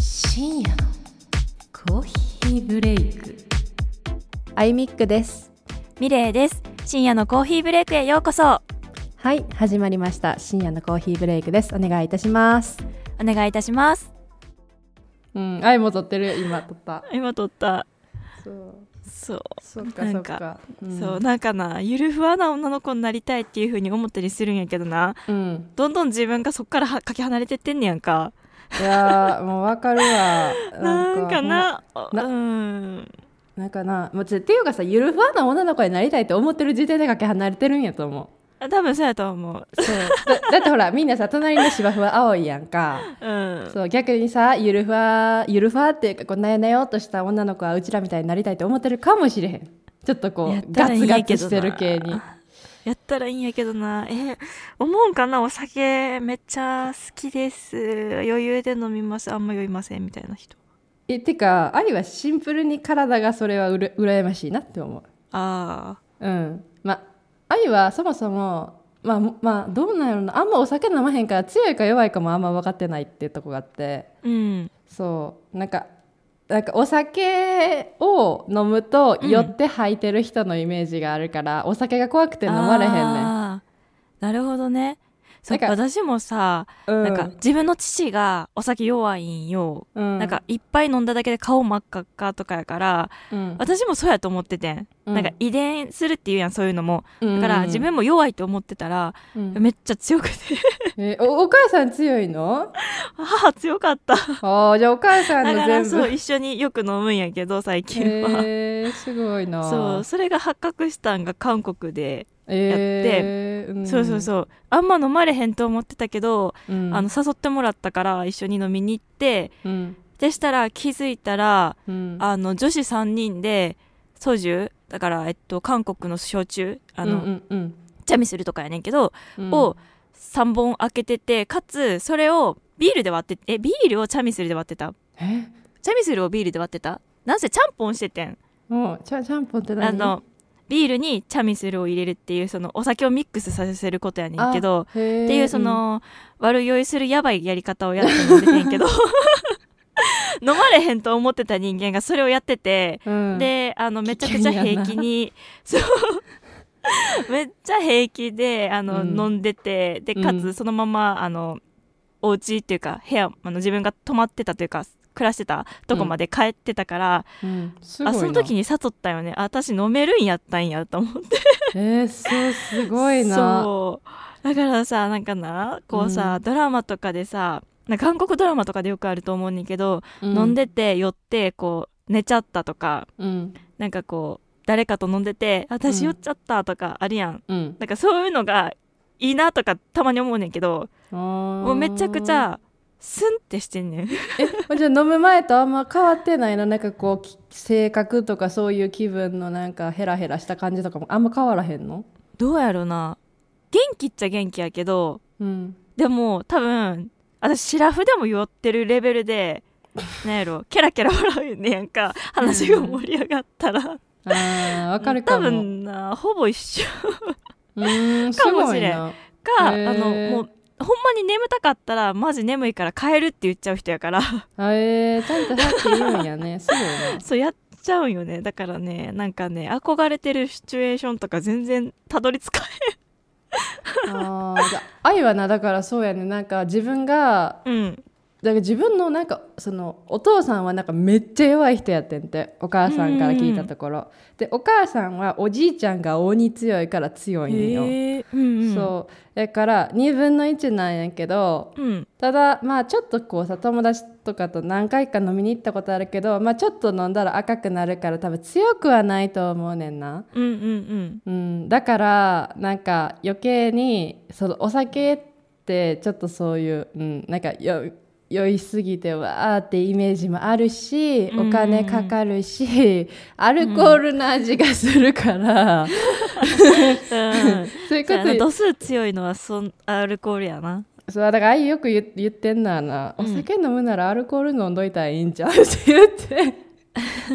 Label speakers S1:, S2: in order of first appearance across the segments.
S1: 深夜のコーヒーブレイク
S2: アイミックです
S3: ミレイです深夜のコーヒーブレイクへようこそ
S2: はい始まりました深夜のコーヒーブレイクですお願いいたします
S3: お願いいたします
S2: うん、アイも撮ってる今撮った
S3: 今撮った
S2: そう
S3: そう、
S2: そ
S3: っかなんかそっ
S2: うん、
S3: そうなんかなゆるふわな女の子になりたいっていう風に思ったりするんやけどな
S2: うん、
S3: どんどん自分がそっからはかけ離れてってんねやんか
S2: いやーもうわかる わ
S3: なん
S2: か
S3: かなあ
S2: な
S3: うん
S2: なんかなもうちっていうかさゆるふわな女の子になりたいって思ってる時点でかけ離れてるんやと思
S3: あ多分そうやと思う
S2: うそうだだ ってほらみんなさ隣の芝生は青いやんか
S3: うん
S2: そう逆にさゆるふわゆるふわっていうかこうなよなよっとした女の子はうちらみたいになりたいと思ってるかもしれへんちょっとこ
S3: やっ
S2: う
S3: た
S2: ガ
S3: らいい
S2: ツ
S3: んや
S2: ガ
S3: け
S2: ツ
S3: どな
S2: してる系に
S3: やったらいいんやけどなえ思うんかなお酒めっちゃ好きです余裕で飲みますあんま酔いませんみたいな人
S2: えてか愛はシンプルに体がそれはうら羨ましいなって思
S3: あ
S2: ううんまあ愛はそもそもまあまあどうなんやろなあんまお酒飲まへんから強いか弱いかもあんま分かってないっていうとこがあって
S3: あうん
S2: そうなんかなんかお酒を飲むと
S3: うん
S2: 酔って吐いてる人のイメージがあるから、お酒が怖くて飲まれへんねん、
S3: あーなるほどねそっか
S2: なん
S3: 私もさ、
S2: うん、
S3: なんか自分の父がお酒弱いんよ、
S2: うん、
S3: なんかいっぱい飲んだだけで顔真っ赤っかとかやから
S2: うん、
S3: 私もそうやと思っててん、
S2: うん
S3: なんか遺伝するっていうやんそういうのもだ
S2: だ
S3: から自、分も弱いと思ってたら、
S2: うん
S3: めっちゃ強くて
S2: えおお母さん強いの
S3: 母強かった
S2: あーじゃあお母さん
S3: だ
S2: の
S3: から
S2: 全
S3: そう
S2: 部
S3: 一緒によく飲むんやけど最近は、
S2: えー、すごいな
S3: そうそれが発覚したんが韓国で、
S2: えー、
S3: そうそう
S2: う
S3: そうあんま飲まれへんと思ってたけど、
S2: ん、うん、
S3: あの誘ってもらったから一緒に飲みに行って
S2: うん、
S3: でしたら気づいたら
S2: うん、
S3: あの女子3人でソジュだから、えっと、韓国の焼酎あの、
S2: うんうん
S3: チャミスルとかやねんけど、
S2: うん、
S3: を3本開けててかつそれをビールで割ってえビールをチャミスルで割ってた
S2: え
S3: チャミスルをビールで割ってたなんせちゃんぽんしててん
S2: もうちゃちゃんぽんって何
S3: あのビールにチャミスルを入れるっていうそのお酒をミックスさせることやねんけど
S2: あへー
S3: っていうその、悪酔いするやばいやり方をやって飲んでてんけど飲まれへんと思ってた人間がそれをやってて、
S2: うん、うん、
S3: であのめちゃくちゃ平気に そうめっちゃ平気であの、
S2: うん
S3: 飲んでてで
S2: うん
S3: かつそのままあのお家っていうか部屋あの自分が泊まってたというか暮らしてたとこまで帰ってたから、
S2: うん、すごい
S3: あ
S2: な
S3: その時に悟ったよねあ私飲めるんやったんやと思って
S2: えー、そうすごいな
S3: そうだからさなんかなこうさ、
S2: うん
S3: ドラマとかでさなんか韓国ドラマとかでよくあると思うねんけど、
S2: うん
S3: 飲んでて酔ってこう寝ちゃったとか
S2: うん
S3: なんかこう誰かと飲んでて「私
S2: うん
S3: 酔っちゃった」とかあるやん、
S2: うん
S3: なんかそういうのがいいなとかたまに思うねんけど
S2: も
S3: もうめちゃくちゃスンってしてんねん
S2: えじゃあ飲む前とあんま変わってないななんかこうき性格とかそういう気分のなんかヘラヘラした感じとかもあんま変わらへんの
S3: どうやろな元気っちゃ元気やけど
S2: うん
S3: でも多分私シラフでも酔ってるレベルでなんやろケラケラ笑うねやんか話が盛り上がったら
S2: あーわかるか
S3: 多
S2: も
S3: 分なほぼ一緒
S2: うーんす
S3: かも
S2: ご
S3: し
S2: い
S3: れん
S2: な
S3: か、
S2: へー
S3: あのもうほんまに眠たかったらマジ眠いから帰るって言っちゃう人やから
S2: あえー、ちゃんとさっき言うんやねすごいな
S3: そうやっちゃうんよねだからねなんかね憧れてるシチュエーションとか全然たどり着か
S2: あーじゃあ愛はなだからそうやねなんか自分が
S3: へんうん
S2: だから自分のなんかそのお父さんはなんかめっちゃ弱い人やってんってお母さんから聞いたところ、でお母さんはおじいちゃんが鬼強いから強いんよ、
S3: えうんうん
S2: そうだから2分の1なんやけど
S3: うん
S2: ただまあちょっとこうさ友達とかと何回か飲みに行ったことあるけどまあちょっと飲んだら赤くなるから多分強くはないと思うねんな、
S3: うん うん
S2: うん、だからなんか余計にそのお酒ってちょっとそういう、うん、なんかよ酔いすぎてわーってイメージもあるし
S3: うん
S2: お金かかるし、アルコールの味がするから、
S3: うんうん
S2: そういうこ
S3: そう
S2: と
S3: や
S2: 言
S3: な
S2: う
S3: 度数強いのはそんアルコールやな
S2: そうだからあいよく言言ってんのはな、
S3: うん
S2: お酒飲むならアルコール飲んどいたらいいんちゃうって言って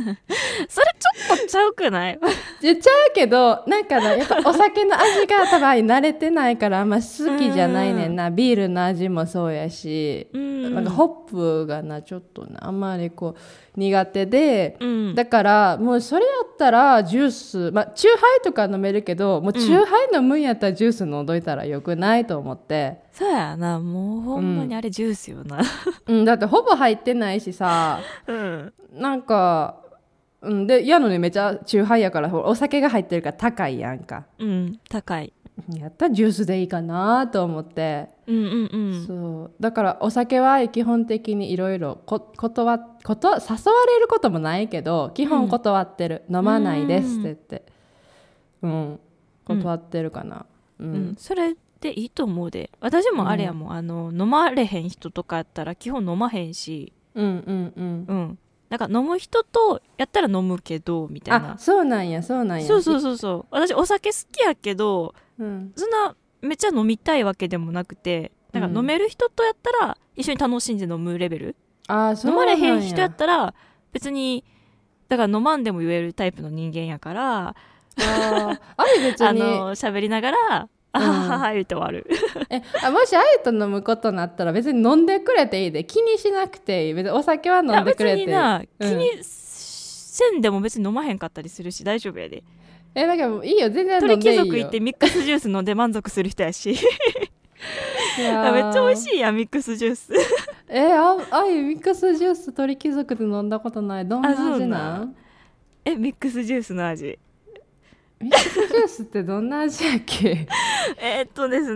S3: それちょっとちゃうく ない
S2: 言っちゃうけどなんかねやっぱお酒の味が多分慣れてないからあんま好きじゃないねんなビールの味もそうやし、
S3: うん
S2: なんかホップがなちょっとなあんまりこう苦手で、
S3: うん
S2: だからもうそれやったらジュースまあチューハイとか飲めるけどもうチューハイ飲むんやったらジュース飲んどいたらよくないと思って、
S3: そうやなもうほんまにあれジュースよな
S2: うん、だってほぼ入ってないしさ
S3: うん
S2: なんか、うん、でやのにめちゃチューハイやからほらお酒が入ってるから高いやんか。
S3: うん高い
S2: やったらジュースでいいかなと思って、
S3: うんうんうん
S2: そうだからお酒は基本的にいろいろ断っこと誘われることもないけど基
S3: うん
S2: 本断ってる、飲まないですって言ってうん
S3: うん
S2: 断ってるかなう、
S3: うんん、それでいいと思うで私もあれやもん、あの飲まれへん人とかやったら基本飲まへんし
S2: うん、うんうん
S3: うんなんか飲む人とやったら飲むけどみたい
S2: あ
S3: な
S2: そうなんやそうなんや
S3: そうそうそうそう私お酒好きやけど
S2: うん、
S3: そんなめっちゃ飲みたいわけでもなくてなんか飲める人とやったら一緒に楽しんで飲むレベル、
S2: あそう
S3: 飲
S2: な
S3: ま
S2: んや
S3: れへん人やったら別にだから飲まんでも言えるタイプの人間やから
S2: あーあれ別に
S3: あの喋りながら「あははは」言って終わる
S2: えあもしあえと飲むことになったら別に飲んでくれていいで気にしなくていい別にお酒は飲んでくれていい
S3: いや
S2: う
S3: 別
S2: ん
S3: にな、気にせんでも別に飲まへんかったりするし大丈夫やで
S2: えだからもういいよ全然飲
S3: 鳥
S2: んで
S3: 貴
S2: いいよ
S3: 族行ってミックスジュース飲んで満足する人やしめっち
S2: いやー
S3: ゃ美味しいやんミックスジュース
S2: えー、ああゆミックスジュース鳥貴族で飲んだことないどんな
S3: あそう
S2: 味
S3: な
S2: なんん
S3: えミックスジュースの味
S2: ミックスジュースってどんな味やっけ
S3: えーっとです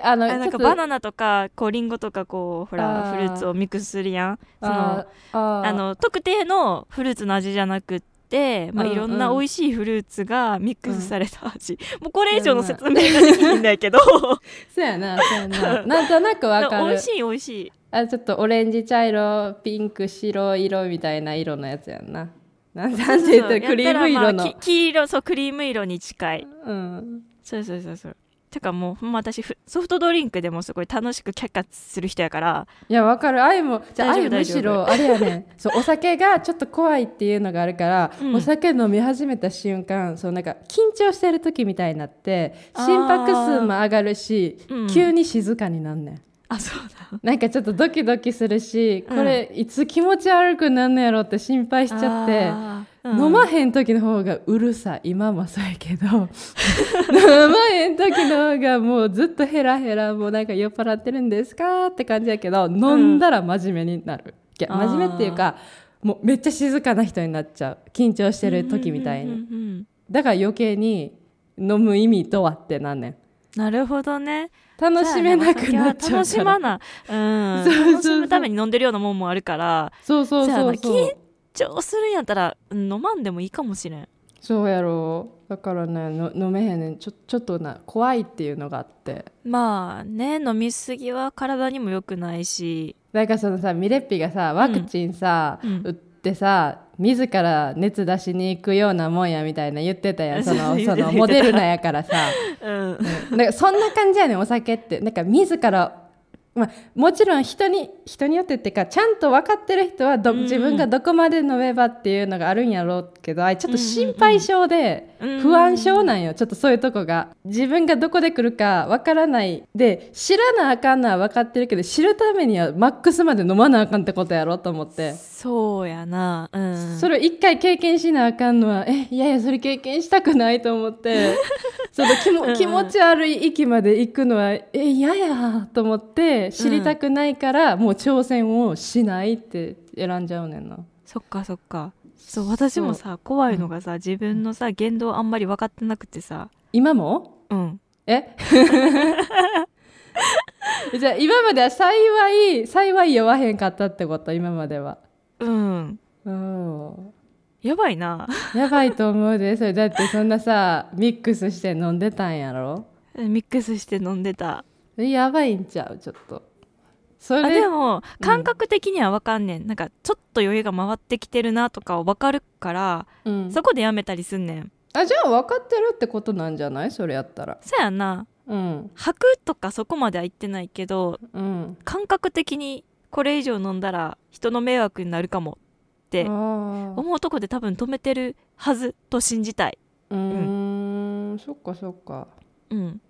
S2: えあの
S3: あな
S2: ち
S3: ん
S2: ょ
S3: か
S2: っと
S3: バナナとかこうリンゴとかこうほら
S2: あー
S3: フルーツをミックスするやんその
S2: ああ
S3: あの特定のフルーツの味じゃなくって、まあ、
S2: うんう
S3: い
S2: ん
S3: ろんな美味しいフルーツがミックスされた味、 もうこれ以上の説明ができないんだけど
S2: そうやなそうや ななんとなくわか
S3: 美
S2: る
S3: 味しい美味しい
S2: あちょっとオレンジ茶色ピンク白色みたいな色のやつやんななんなんて言ったら
S3: そうそう
S2: クリーム色
S3: やったらま
S2: の、
S3: あき黄色そうクリーム色に近い
S2: うん
S3: そうそうそうそうてかもうほんま私ふソフトドリンクでもすごい楽しくキャッキャする人やから
S2: いやわかるあゆもじゃああ
S3: 大丈夫
S2: ゆむしろあれやねん そうお酒がちょっと怖いっていうのがあるから、
S3: うん
S2: お酒飲み始めた瞬間そうなんか緊張してる時みたいになって心拍数も上がるし、
S3: あーうん
S2: 急に静かになんねん
S3: あそうだ
S2: なんかちょっとドキドキするし、
S3: うん
S2: これいつ気持ち悪くなんのやろって心配しちゃって。
S3: あーうん
S2: 飲まへん時の方がうるさい今もそうやけど飲まへん時の方がもうずっとヘラヘラもうなんか酔っ払ってるんですかって感じやけど飲んだら真面目になる、いや
S3: あー
S2: 真面目っていうかもうめっちゃ静かな人になっちゃう緊張してる時みたいに、
S3: うんうんうんうん
S2: だから余計に飲む意味とはってなんねん
S3: なるほどね
S2: 楽しめなくなっちゃう
S3: そ
S2: か
S3: やな
S2: ら
S3: まあ酒は楽しまな、うん、
S2: そうそうそう
S3: 楽しむために飲んでるようなもんもあるから
S2: そうそう
S3: そや
S2: そ
S3: な
S2: うそう
S3: ちょするんやったらうん飲まんでもいいかもしれん
S2: そうやろうだからねの飲めへんねんちょちょっとな怖いっていうのがあって。
S3: まあね飲みすぎは体にも良くないし
S2: なんかそのさミレッピがさワクチンさ、
S3: うんうん
S2: 打ってさ自ら熱出しに行くようなもんやみたいな言ってたやんそ
S3: そう
S2: の
S3: 言
S2: そ
S3: って
S2: の
S3: た
S2: モデルナやからさ
S3: うん
S2: なんかそんな感じやねんお酒ってなんか自らまあ、もちろん人に人によってっていうかちゃんと分かってる人はど
S3: うんうん
S2: 自分がどこまで飲めばっていうのがあるんやろうけどあれちょっと心配性で
S3: うんうんうん
S2: 不安症なんよちょっとそういうとこが自分がどこで来るか分からないで知らなあかんのは分かってるけど知るためにはマックスまで飲まなあかんってことやろと思って。
S3: そうやなうん
S2: それを一回経験しなあかんのはえいやいやそれ経験したくないと思って その気
S3: うんう
S2: も
S3: ん
S2: 気持ち悪い域まで行くのはえ嫌やと思って知りたくないから、もう挑戦をしないって選んじゃうねんな。
S3: そっかそっかそう私もさ怖いのがさ自分のさ言動あんまり分かってなくてさ
S2: 今も
S3: うん
S2: えじゃあ今までは幸い幸い酔わへんかったってこと今までは。
S3: うん
S2: うん
S3: やばいな
S2: やばいと思うでそれだってそんなさミックスして飲んでたんやろ
S3: ミックスして飲んでた
S2: やばいんちゃうちょっとそ
S3: あ
S2: れ
S3: でも感覚的には分かんねん、なんかちょっと余裕が回ってきてるなとかを分かるから、
S2: うん
S3: そこでやめたりすんねん
S2: あじゃあ分かってるってことなんじゃないそれやったら
S3: そやな
S2: うん
S3: 吐くとかそこまでは言ってないけど
S2: うん
S3: 感覚的にこれ以上飲んだら人の迷惑になるかもって
S2: あ
S3: 思うとこで多分止めてるはずと信じたい。
S2: ーうーんそっかそっか
S3: うん、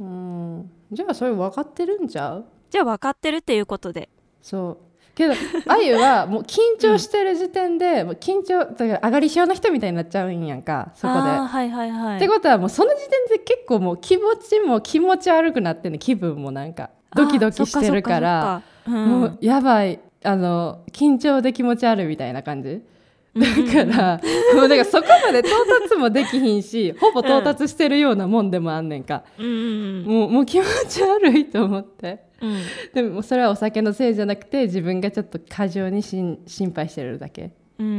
S2: うんじゃあそれ分かってるんちゃう
S3: じゃあ分かってるっていうことで。
S2: そうけど あゆはもう緊張してる時点で、もう緊張だから上がり症の人みたいになっちゃうんやんかそこで。
S3: あーはいはいはい。
S2: ってことはもうその時点で結構もう気持ちも気持ち悪くなってんね気分もなんかドキドキしてるから
S3: あー。そっかそっかそっか
S2: もうやばいあの緊張で気持ち悪いみたいな感じ
S3: うん
S2: だから、もうだからそこまで到達もできひん しほぼ到達してるようなもんでもあんねんか、
S3: うんうん
S2: もうもう気持ち悪いと思って
S3: うんうん
S2: でもそれはお酒のせいじゃなくて自分がちょっと過剰にしん心配してるだけ
S3: うんう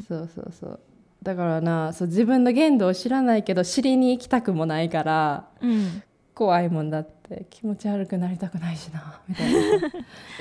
S3: ん
S2: そうそうそうだからなそう自分の限度を知らないけど知りに行きたくもないから
S3: うんうん
S2: 怖いもんだって気持ち悪くなりたくないしなみたい な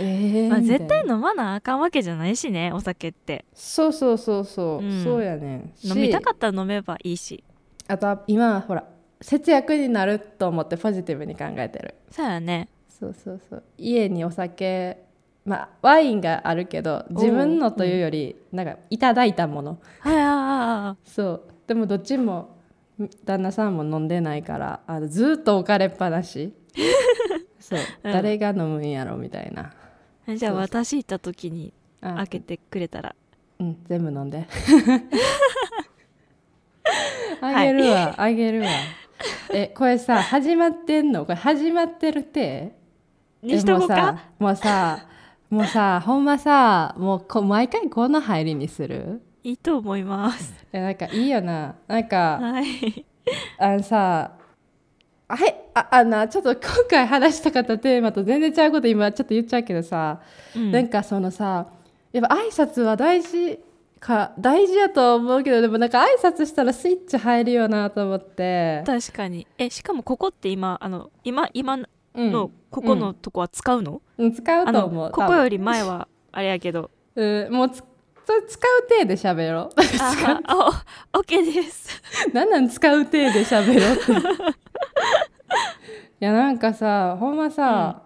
S2: ええ
S3: まあ、絶対
S2: の
S3: 飲まなあかんわけじゃないしねお酒って
S2: そうそうそうそう、
S3: うん
S2: そうやねん
S3: 飲みたか
S2: っ
S3: ったら飲めばいいした
S2: あとは今はほら節約になると思ってポジティブに考えてる
S3: そうやね
S2: そうそうそう家にお酒まあワインがあるけど自分のというよりなんかいただいたもの
S3: はいあああ
S2: そうでもどっちもん旦那さんも飲んでないからあのずーっと置かれっぱな しそう、
S3: うん
S2: 誰が飲むんやろみたいな
S3: ああじゃあ
S2: そうそ
S3: 私行った時に
S2: あ
S3: 開けてくれたら
S2: うん全部飲んであ
S3: は
S2: げ
S3: い
S2: るわ、あげるわえこれさ始まってんのこれ始まってるって
S3: にしとこうか
S2: えもうさもうさもうさほんまさもうこ毎回この入りにする
S3: いいと思います
S2: えなんかいいよななんか、
S3: はい
S2: あのさあはいああのちょっと今回話したかったテーマと全然違うこと今ちょっと言っちゃうけどさ、
S3: うん
S2: なんかそのさやっぱ挨拶は大事か大事やと思うけどでもなんか挨拶したらスイッチ入るよなと思って、
S3: 確かにえしかもここって今あの今今
S2: うん
S3: のここのとこは使うの,、
S2: うん使う
S3: あ
S2: と
S3: の
S2: 思う
S3: こ
S2: 多
S3: こ
S2: 分
S3: より前はあれや けど
S2: うん、もうつそれ使う体で喋ろう
S3: ああお OK です
S2: なんなん使う体で喋ろ うっていやなんかさほんまさ、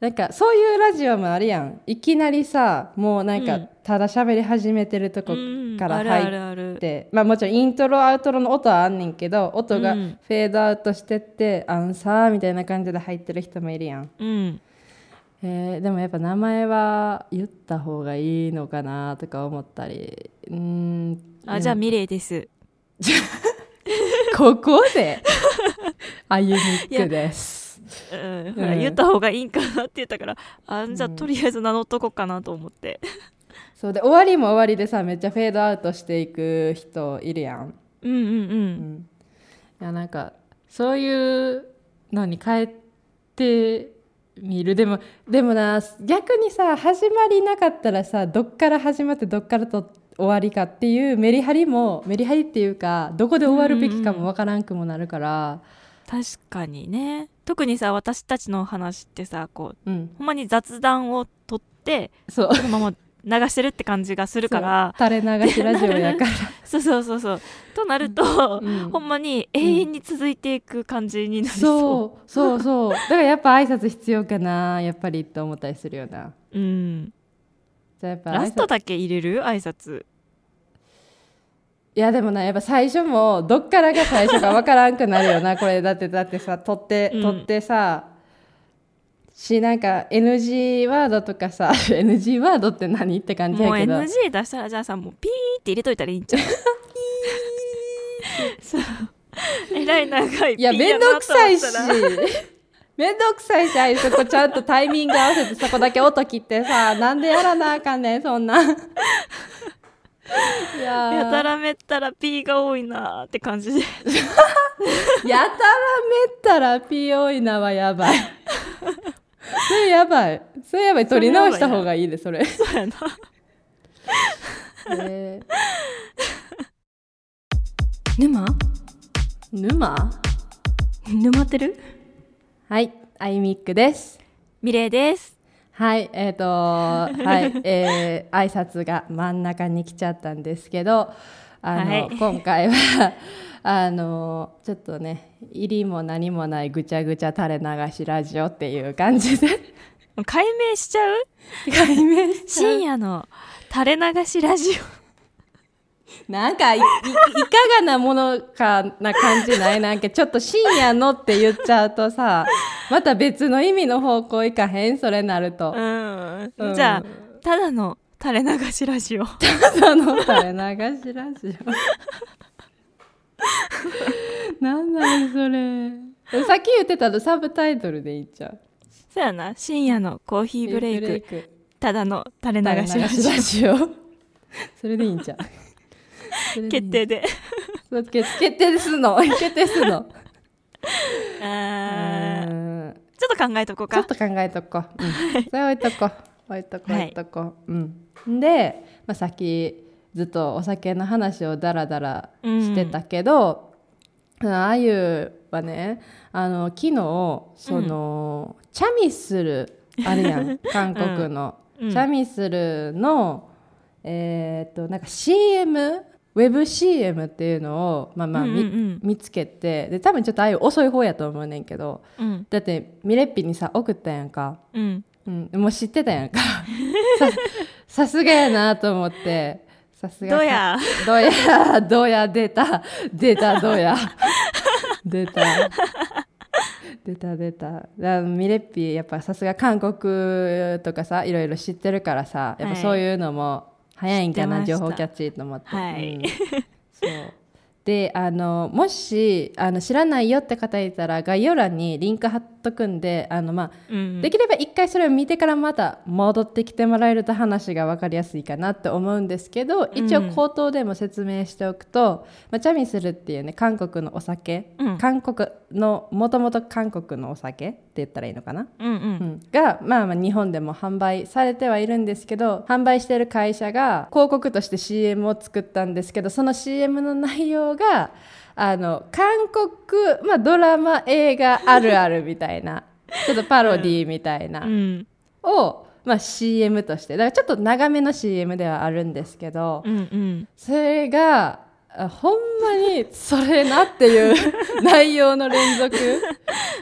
S2: なんかそういうラジオもあるやんいきなりさもうなん
S3: う
S2: か
S3: ん
S2: ただ喋り始めてるとこ
S3: うん
S2: から
S3: あるあ
S2: 入
S3: る
S2: っ
S3: ある
S2: て、まあもちろんイントロアウトロの音はあんねんけど音が
S3: う
S2: フ
S3: ん
S2: ェードアウトしてって、アンサーみたいな感じで入ってる人もいるやん、
S3: うん
S2: えーでもやっぱ名前は言った方がいいのかなとか思ったりうーん
S3: あじゃあミレイです
S2: ここであゆみっくです。
S3: うん、ほら
S2: うん
S3: 言った方がいいんかなって言ったからあじゃあ
S2: うん
S3: とりあえず名乗っとこうかなと思って
S2: そうで終わりも終わりでさめっちゃフェードアウトしていく人いるやん。
S3: うんうんう
S2: うんん、いやなんかそういうのに変えてみるでもでもな逆にさ始まりなかったらさどっから始まってどっからと終わりかっていうメリハリもメリハリっていうかどこで終わるべきかもわからんくもなるから。
S3: 確かにね特にさ私たちの話ってさこう
S2: うん、
S3: ほんまに雑談を取って
S2: そう
S3: そのまま流してるって感じがするから
S2: 垂れ流しラジオや から。
S3: そうそうそうそうとなると、
S2: うん
S3: ほんまに永遠に続いていく感じになりそう。
S2: そうそうそうだからやっぱ挨拶必要かなやっぱりって思ったりするよな
S3: うん、
S2: じゃあやっぱ挨拶
S3: ラストだけ入れる挨拶
S2: いやでもなやっぱ最初もどっからが最初かわからんくなるよな これだってだってさ取って
S3: うん
S2: 取ってさ、しなんか NG ワードとかさ NG ワードって何って感じ
S3: も
S2: や
S3: う
S2: けど
S3: NG 出したらじゃあさもうピーって入れといたらいいんちゃうそうえらい長い
S2: いやめんどくさいし
S3: ピーやなと思っ
S2: めんどくさいしあいそこちゃんとタイミング合わせてそこだけ音切ってさなんでやらなあかんねんそん ないや
S3: た
S2: ー
S3: らやたらめったらピーが多いなーって感 じで
S2: やたらめったら P 多いなはやばい。 それやばい。それやばい。取り直した方がいいで、それ。
S3: そう やな
S2: え
S1: 沼
S2: ー沼
S1: 沼ってる
S2: はい、アイミックです。
S3: ミレイです
S2: はい、えっ、 とはい、えー、挨拶が真ん中に来ちゃったんですけど、あの、
S3: はい
S2: 今回は、あのちょっとね、入りも何もないぐちゃぐちゃ垂れ流しラジオっていう感じで、
S3: 解明しちゃう
S2: 解明しちゃう
S3: 深夜の垂れ流しラジ
S2: なんかいいい かがなものかな感じないなんかちょっと深夜のって言っちゃうとさまた別の意味の方向いかへんそれなる
S3: オ
S2: と
S3: う
S2: うんん
S3: じゃあただの垂れ流しラ ジオ
S2: ただの垂れ流しラジオ なんなんそれさっき言ってたのサブタイトルでいいじゃん
S3: そうやな深夜のコーヒーブレイク
S2: ク
S3: ただの垂れ流し
S2: 垂れ
S3: ラ
S2: 流し
S3: ジ
S2: ラジオそれでいいんじゃんそれでいい
S3: オ決定で
S2: そう決決定すんの決定すんの
S3: あ
S2: う
S3: ー
S2: ん
S3: ちょっと考えとこう
S2: ちょっと
S3: か
S2: 考えとこう、うん、それ置いと こう置いとこう
S3: はい
S2: 置いとこう、うんで、まあ、さっきずっとお酒の話をダラダラしてたけど、ああゆはねあの昨日その、チャミスルあるや ん韓国の、
S3: うん
S2: チャミスルのえーっとなんか CM ウェブ CM っていうのをまあまあ、
S3: うん
S2: み
S3: うん
S2: 見つけてで多分ちょっとああいう遅い方やと思うねんけど
S3: うん
S2: だってミレッピにさ送ったやんか、
S3: うん
S2: うん、もう知ってたやんかささすがやなと思ってさすが
S3: どうや
S2: どうやどうや出た出たどうや出た出た出ただミレッピやっぱさすが韓国とかさいろいろ知ってるからさやっぱ
S3: はい
S2: そういうのも早いんかな、
S3: 知って
S2: 情
S3: ました
S2: 報キャッチと思って、
S3: はい
S2: うんそうであのもしあの知らないよって方いたら概要欄にリンク貼っとくんであの、まあ
S3: うん
S2: できれば一回それを見てからまた戻ってきてもらえると話が分かりやすいかなって思うんですけど一応
S3: うん
S2: 口頭でも説明しておくと、まあ、チャミスルっていうね韓国のお酒、
S3: うん
S2: 韓国のもともと韓国のお酒って言ったらいいのかな、
S3: うんう
S2: うんん、が、まあ、まあ日本でも販売されてはいるんですけど販売してる会社が広告として CM を作ったんですけどその CM の内容があの韓国、まあ、ドラマ映画あるあるみたい なちょっとパロディーみたいな、
S3: うん
S2: を、まあ、CM としてだからちょっと長めの CM ではあるんですけど、
S3: うんうん
S2: それがあほんまにそれなっていう 内容の連続。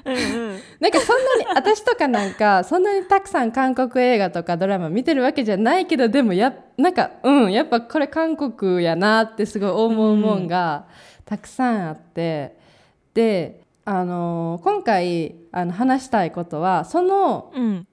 S3: うん
S2: なんかそんなに私とかなんかそんなにたくさん韓国映画とかドラマ見てるわけじゃないけどでもやなんかうんやっぱこれ韓国やなってすごい思うもんがたくさんあって、であのー今回あの話したいことはその
S3: うん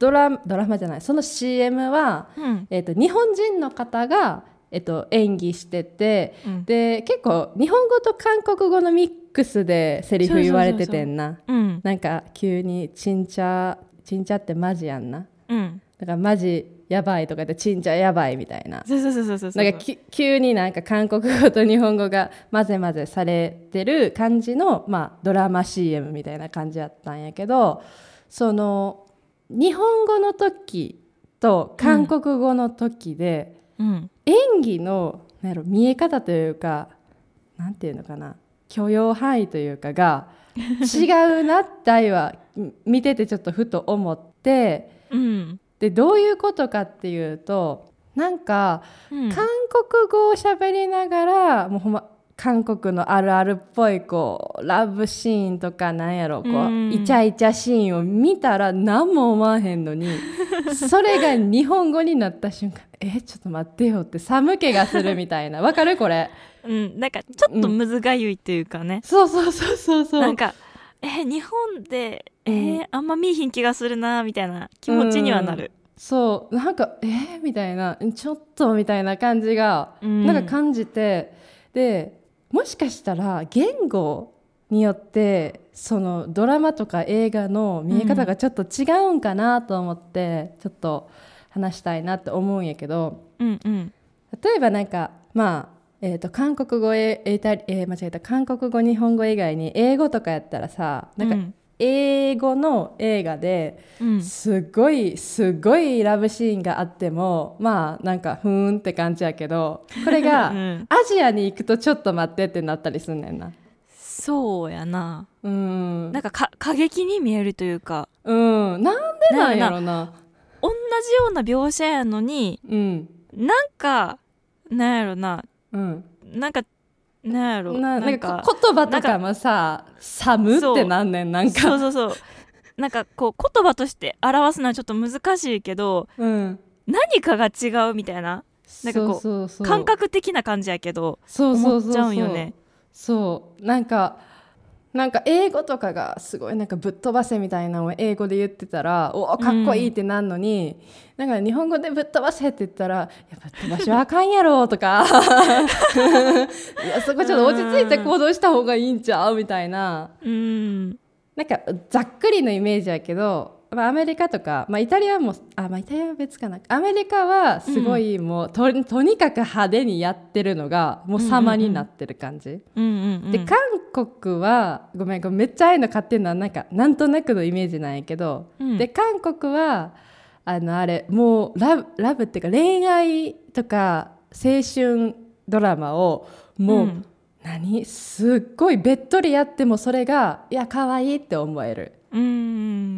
S2: ドラドラマじゃないその CM は、
S3: うん
S2: えっと日本人の方が、えっと演技してて
S3: うん
S2: で結構日本語と韓国語のミックスでセリフ言われててんな。
S3: うん
S2: なんか急に「ちんちゃちんちゃってマジやんな」
S3: うん
S2: だから「マジやばい」とか言って「ちんちゃやばい」みたいな
S3: そうそうそうそうそう
S2: なんかき急になんか韓国語と日本語が混ぜ混ぜされてる感じの、まあ、ドラマ CM みたいな感じやったんやけどその日本語の時と韓国語の時で、
S3: うん
S2: 演技のなんやろ見え方というかなんていうのかな許容範囲というかが違うなって愛は み見ててちょっとふと思って
S3: うん
S2: でどういうことかっていうとなんか
S3: うん
S2: 韓国語を喋りながらもうほんま韓国のあるあるっぽいこうラブシーンとかなんやろこ
S3: うん
S2: うイチャイチャシーンを見たら何も思わへんの にそれが日本語になった瞬間「えちょっと待ってよ」って寒気がするみたいなわかるこれ
S3: うん、なんかちょっとむずがゆいっていうかね、
S2: そうそうそうそうそう
S3: なんかえ日本でえー
S2: う
S3: あんま見いひん気がするなみたいな気持ちにはなる、
S2: そうなんか「えみたいな「ちょっと」みたいな感じが
S3: うん
S2: なんか感じて、でもしかしたら言語によってそのドラマとか映画の見え方がちょっと違うんかなと思って、ちょっと話したいなって思うんやけど
S3: うんうん
S2: 例えばなんかまあえー、と韓国語ええーたえー間違えた韓国語日本語以外に英語とかやったらさなん
S3: う
S2: か
S3: ん
S2: 英語の映画で
S3: うん
S2: すごいすごいラブシーンがあってもまあなんかふーんって感じやけどこれが ア
S3: うん
S2: ジアに行くとちょっと待ってってなったりすんねんな。
S3: そうやな
S2: うん
S3: なんかか過激に見えるというか
S2: うん、なんでなんやろな
S3: 同じような描写やのに
S2: うん
S3: なんかなんやろな
S2: うん
S3: なんかなんやろ
S2: ななんか言葉とかもさ「寒」ってなんねんなんか
S3: そうそうそうなんかこう言葉として表すのはちょっと難しいけど
S2: うん
S3: 何かが違うみたいななんかこう
S2: そうそうそう
S3: 感覚的な感じやけど
S2: そうそ
S3: 思
S2: う
S3: っ
S2: そう
S3: ちゃうんよね
S2: そうなんかなんか英語とかがすごいなんかぶっ飛ばせみたいなのを英語で言ってたらおおかっこいいってなんのに、なんか日本語でぶっ飛ばせって言ったらいやぶっ飛ばしはあかんやろとか いやそこちょっと落ち着いて行動した方がいいんちゃうみたいな
S3: うん
S2: なんかざっくりのイメージやけど、まあ、アメリカとか、まあ、イタリアもあ、まあ、イタリアは別かなアメリカはすごいもう、ととにかく派手にやってるのがもう様になってる感じ。
S3: うんうんうん
S2: で韓国はごめんごめんめっちゃああいうの買ってるのはなんかなんとなくのイメージなんやけど、
S3: うん
S2: で韓国はあのあれもうラブラブっていうか恋愛とか青春ドラマをもう、
S3: うん
S2: 何すっごいべっとりやってもそれがいや可愛いって思える。
S3: うんう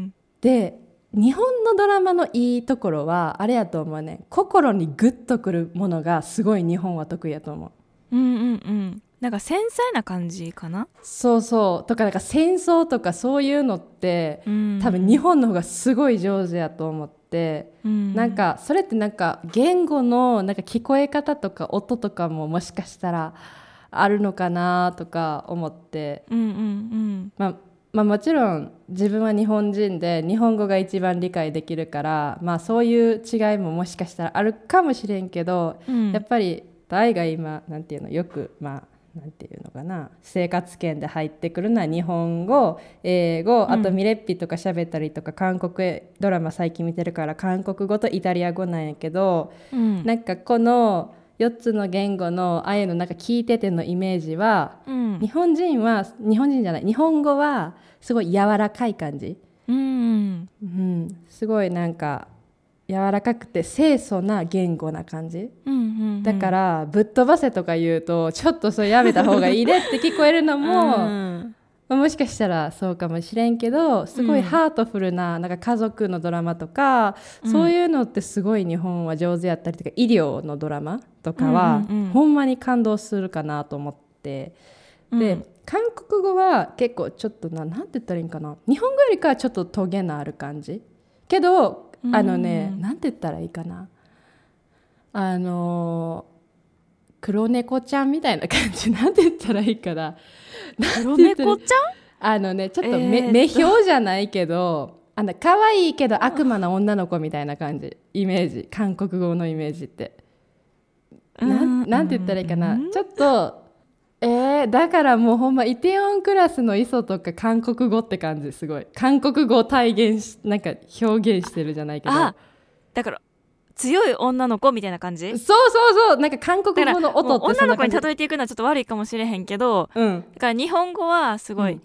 S3: ん
S2: で日本のドラマのいいところはあれやと思うねん心にグッとくるものがすごい日本は得意やと思う。
S3: うんうんうんなんか繊細な感じかな、
S2: そうそうとかなんか戦争とかそういうのって
S3: うん、
S2: 多分日本の方がすごい上手やと思って、
S3: うん
S2: なんかそれってなんか言語のなんか聞こえ方とか音とかももしかしたらあるのかなとか思って、
S3: うんうん
S2: まあ、まあもちろん自分は日本人で日本語が一番理解できるから、まあ、そういう違いももしかしたらあるかもしれんけど、
S3: うんうん
S2: やっぱり大が今なんていうのよくまあなんていうのかな生活圏で入ってくるのは日本語英語あとミレッピとか喋ったりとか韓国ドラマ最近見てるから韓国語とイタリア語なんやけど、
S3: うん
S2: なんかこの4つの言語のああいうのなんか聞いててのイメージは
S3: うん
S2: 日本人は日本人じゃない日本語はすごい柔らかい感じ、
S3: うん
S2: うん、すごいなんか柔らかくて清楚な言語な感じ。
S3: うんうん
S2: だから、ぶっ飛ばせとか言うとちょっとそれやめた方がいいねって聞こえるの
S3: うん
S2: も、ま
S3: うん
S2: あもしかしたらそうかもしれんけどすご
S3: う
S2: い
S3: ん
S2: ハートフルななんか家族のドラマとか、
S3: うん
S2: そういうのってすごい日本は上手やったりとか医療のドラマとかは、
S3: うんうんうん
S2: ほんまに感動するかなと思って。で、
S3: うん
S2: 韓国語は結構ちょっとななんて言ったらいいんかな日本語よりかはちょっとトゲのある感じけど
S3: うん
S2: あのねなんて言ったらいいかなあのー黒猫ちゃんみたいな感じ なんて言ったらいいかな
S3: 黒
S2: て言ってる
S3: 猫ちゃん
S2: あのねちょっと目,、
S3: えーっと
S2: 目標じゃないけどあの可愛いけど悪魔な女の子みたいな感じイメージ韓国語のイメージって。なんなんて言ったらいいかな、
S3: うん
S2: ちょっとえー、だからもうほんまイテオンクラスのイソとか韓国語って感じすごい韓国語を体現しなんか表現してるじゃないけど
S3: あだから強い女の子みたいな感じ
S2: そうそうそうなんか韓国
S3: だから
S2: 語の音
S3: もう
S2: って
S3: 女
S2: そん
S3: の
S2: な
S3: 子
S2: 感
S3: に
S2: じ
S3: 例えていくのはちょっと悪いかもしれへんけど
S2: うん
S3: だから日本語はすごい、
S2: うん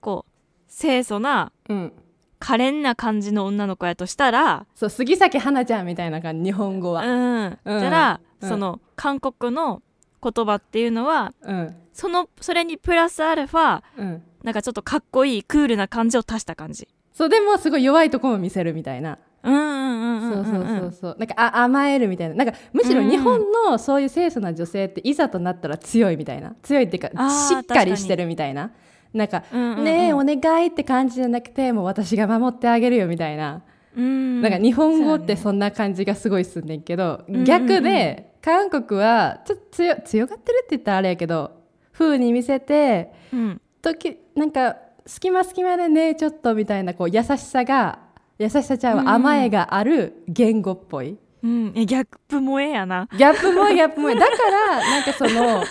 S3: こう清楚な
S2: うん
S3: 可憐な感じの女の子やとしたら
S2: そう杉咲花ちゃんみたいな感じ日本語
S3: う
S2: は
S3: ん、たら、
S2: うん
S3: その韓国の言葉っていうのは
S2: うん
S3: そのそれにプラスアルファ
S2: うん
S3: なんかちょっとかっこいいクールな感じを足した感じ
S2: そうでもすごい弱いとこも見せるみたいな
S3: うんうんうん
S2: そう
S3: うん
S2: そう
S3: うん
S2: そうそうなんかあ甘えるみたいななんかむしろ日本のそういう清楚な女性っていざとなったら強いみたいな強いっていうか
S3: あ
S2: し
S3: ー
S2: っかりしてるみたいななんか、
S3: うんうんうん
S2: ねえお願いって感じじゃなくてもう私が守ってあげるよみたいな、
S3: うん
S2: なんか日本語っ
S3: そうや
S2: て
S3: ね
S2: そんな感じがすごいすんねんけど、
S3: んうん
S2: 逆で韓国はちょっと強強がってるって言ったらあれやけど風に見せて
S3: うん
S2: 時なんか隙間隙間でねちょっとみたいなこう優しさが優しさちゃうわ
S3: うんうん
S2: 甘えがある言語っぽい。
S3: うん、えギャップ萌えやな
S2: ギャップもギャップもだからなんかその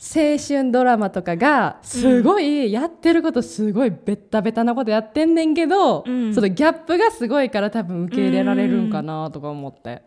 S2: 青春ドラマとかがすごいやってることすごいベッタベタなことやってんねんけど、
S3: うん
S2: そのギャップがすごいから多分受け入れられるんかなとか思って、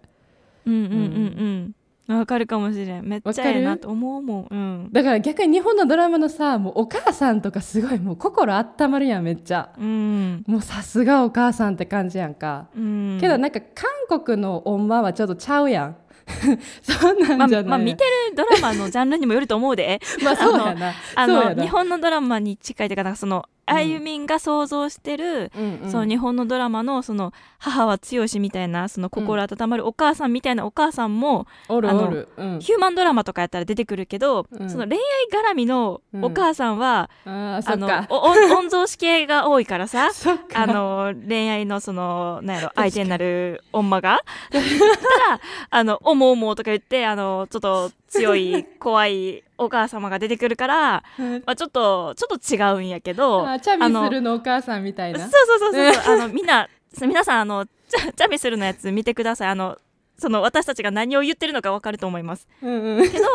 S3: うんうんうんうんわかるかもしれんめっちゃええなと思うもんうん
S2: だから逆に日本のドラマのさもうお母さんとかすごいもう心温まるやんめっちゃ
S3: うん
S2: もうさすがお母さんって感じやんか、
S3: うん
S2: けどなんか韓国の女はちょっとちゃうやん そんなんじゃない、
S3: まあ、まあ見てる ドラマのジャンルにもよると思うで
S2: まあそうやな
S3: あ
S2: そうや
S3: の
S2: な
S3: 日本のドラマに近いというかなんかそのあゆみんが想像してる、
S2: うんうん
S3: そう日本のドラマのその母は強しみたいなその心温まるお母さんみたいなお母さんも、
S2: おる
S3: あの
S2: おる、うん、
S3: ヒューマンドラマとかやったら出てくるけど、
S2: うん
S3: その恋愛絡みのお母さんは、
S2: あーそ
S3: あ
S2: っ
S3: の
S2: か
S3: おお御曹司系が多いからさ
S2: そっか
S3: あの恋愛のそのなんやろ相手になる女がたらあの「おもおも」とか言ってあのちょっと 強い怖いお母様が出てくるから、
S2: うん
S3: まあ、ちょっとちょっと違うんやけど
S2: あチャミ
S3: の
S2: するのお母さんみたい
S3: そう
S2: な
S3: そうそうそうそうあのみんな す皆さんあのチャチャミするのやつ見てくださいあのその私たちが何を言ってるのかわかると思います
S2: うん うん
S3: けど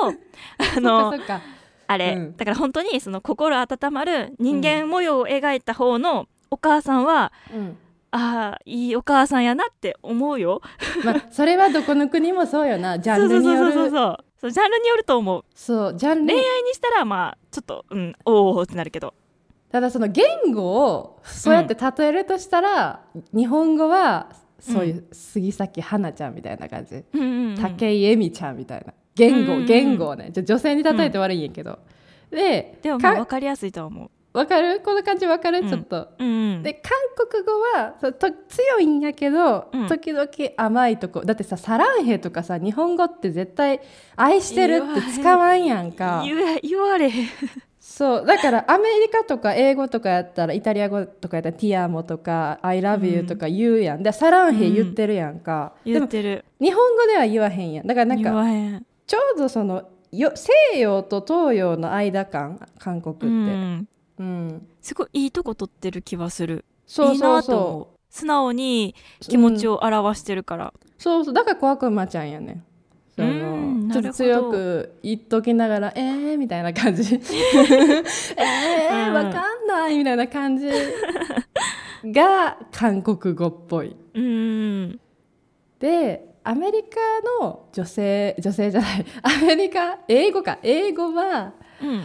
S3: あの
S2: そっかそっか
S3: あれ、
S2: うん
S3: だから本当にその心温まる人間模様を描いた方のお母さんは、
S2: うん
S3: ああいいお母さんやなって思うよ
S2: まあそれはどこの国もそうよなジャ
S3: そ
S2: ン
S3: う
S2: ルによる
S3: そうそうそうそうそうジャンルによると思う
S2: そうジャンル
S3: 恋愛にしたらまあちょっとうんおおってなるけど
S2: ただその言語をそうやって例えるとしたら、日本語はそういう杉咲花ちゃんみたいな感じ、
S3: うんうんうん
S2: 竹井恵美ちゃんみたいな言語、
S3: うんうん
S2: 言語をねじゃあ女性に例えて悪いんやけど、で
S3: でもまあ分
S2: か
S3: かりやすいとは思
S2: わかるこの感じわかる、
S3: うん
S2: ちょっと。
S3: う、うん、
S2: で韓国語はそうと強いんやけど、
S3: うん
S2: 時々甘いとこだってさサランヘとかさ日本語って絶対「愛してる」って使わんやんか
S3: 言え言われへん
S2: そうだからアメリカとか英語とかやったらイタリア語とかやったら「ティアモ」とか「I love you」とか言うやん、でサランヘ言ってるやんか、で
S3: 言
S2: も
S3: ってる
S2: 日本語では言わへんやんだからなん
S3: 言
S2: か
S3: わへん
S2: ちょうどそのよ西洋と東洋の間感韓国って、
S3: う
S2: うん
S3: んすごいいいとこ取ってる気はする
S2: そうそう
S3: いいなと思
S2: そう
S3: 素直に気持ち
S2: を、
S3: を表してるから、
S2: そうそうだから小悪魔ちゃんやねその
S3: うん
S2: ちょっと
S3: なる
S2: 強
S3: ほど
S2: く言っときながら「えー」みたいな感 じ「え
S3: う
S2: ー
S3: ん
S2: わかんない」みたいな感じが韓国語っぽい。
S3: うん
S2: でアメリカの女性女性じゃないアメリカ英語か英語は、
S3: うん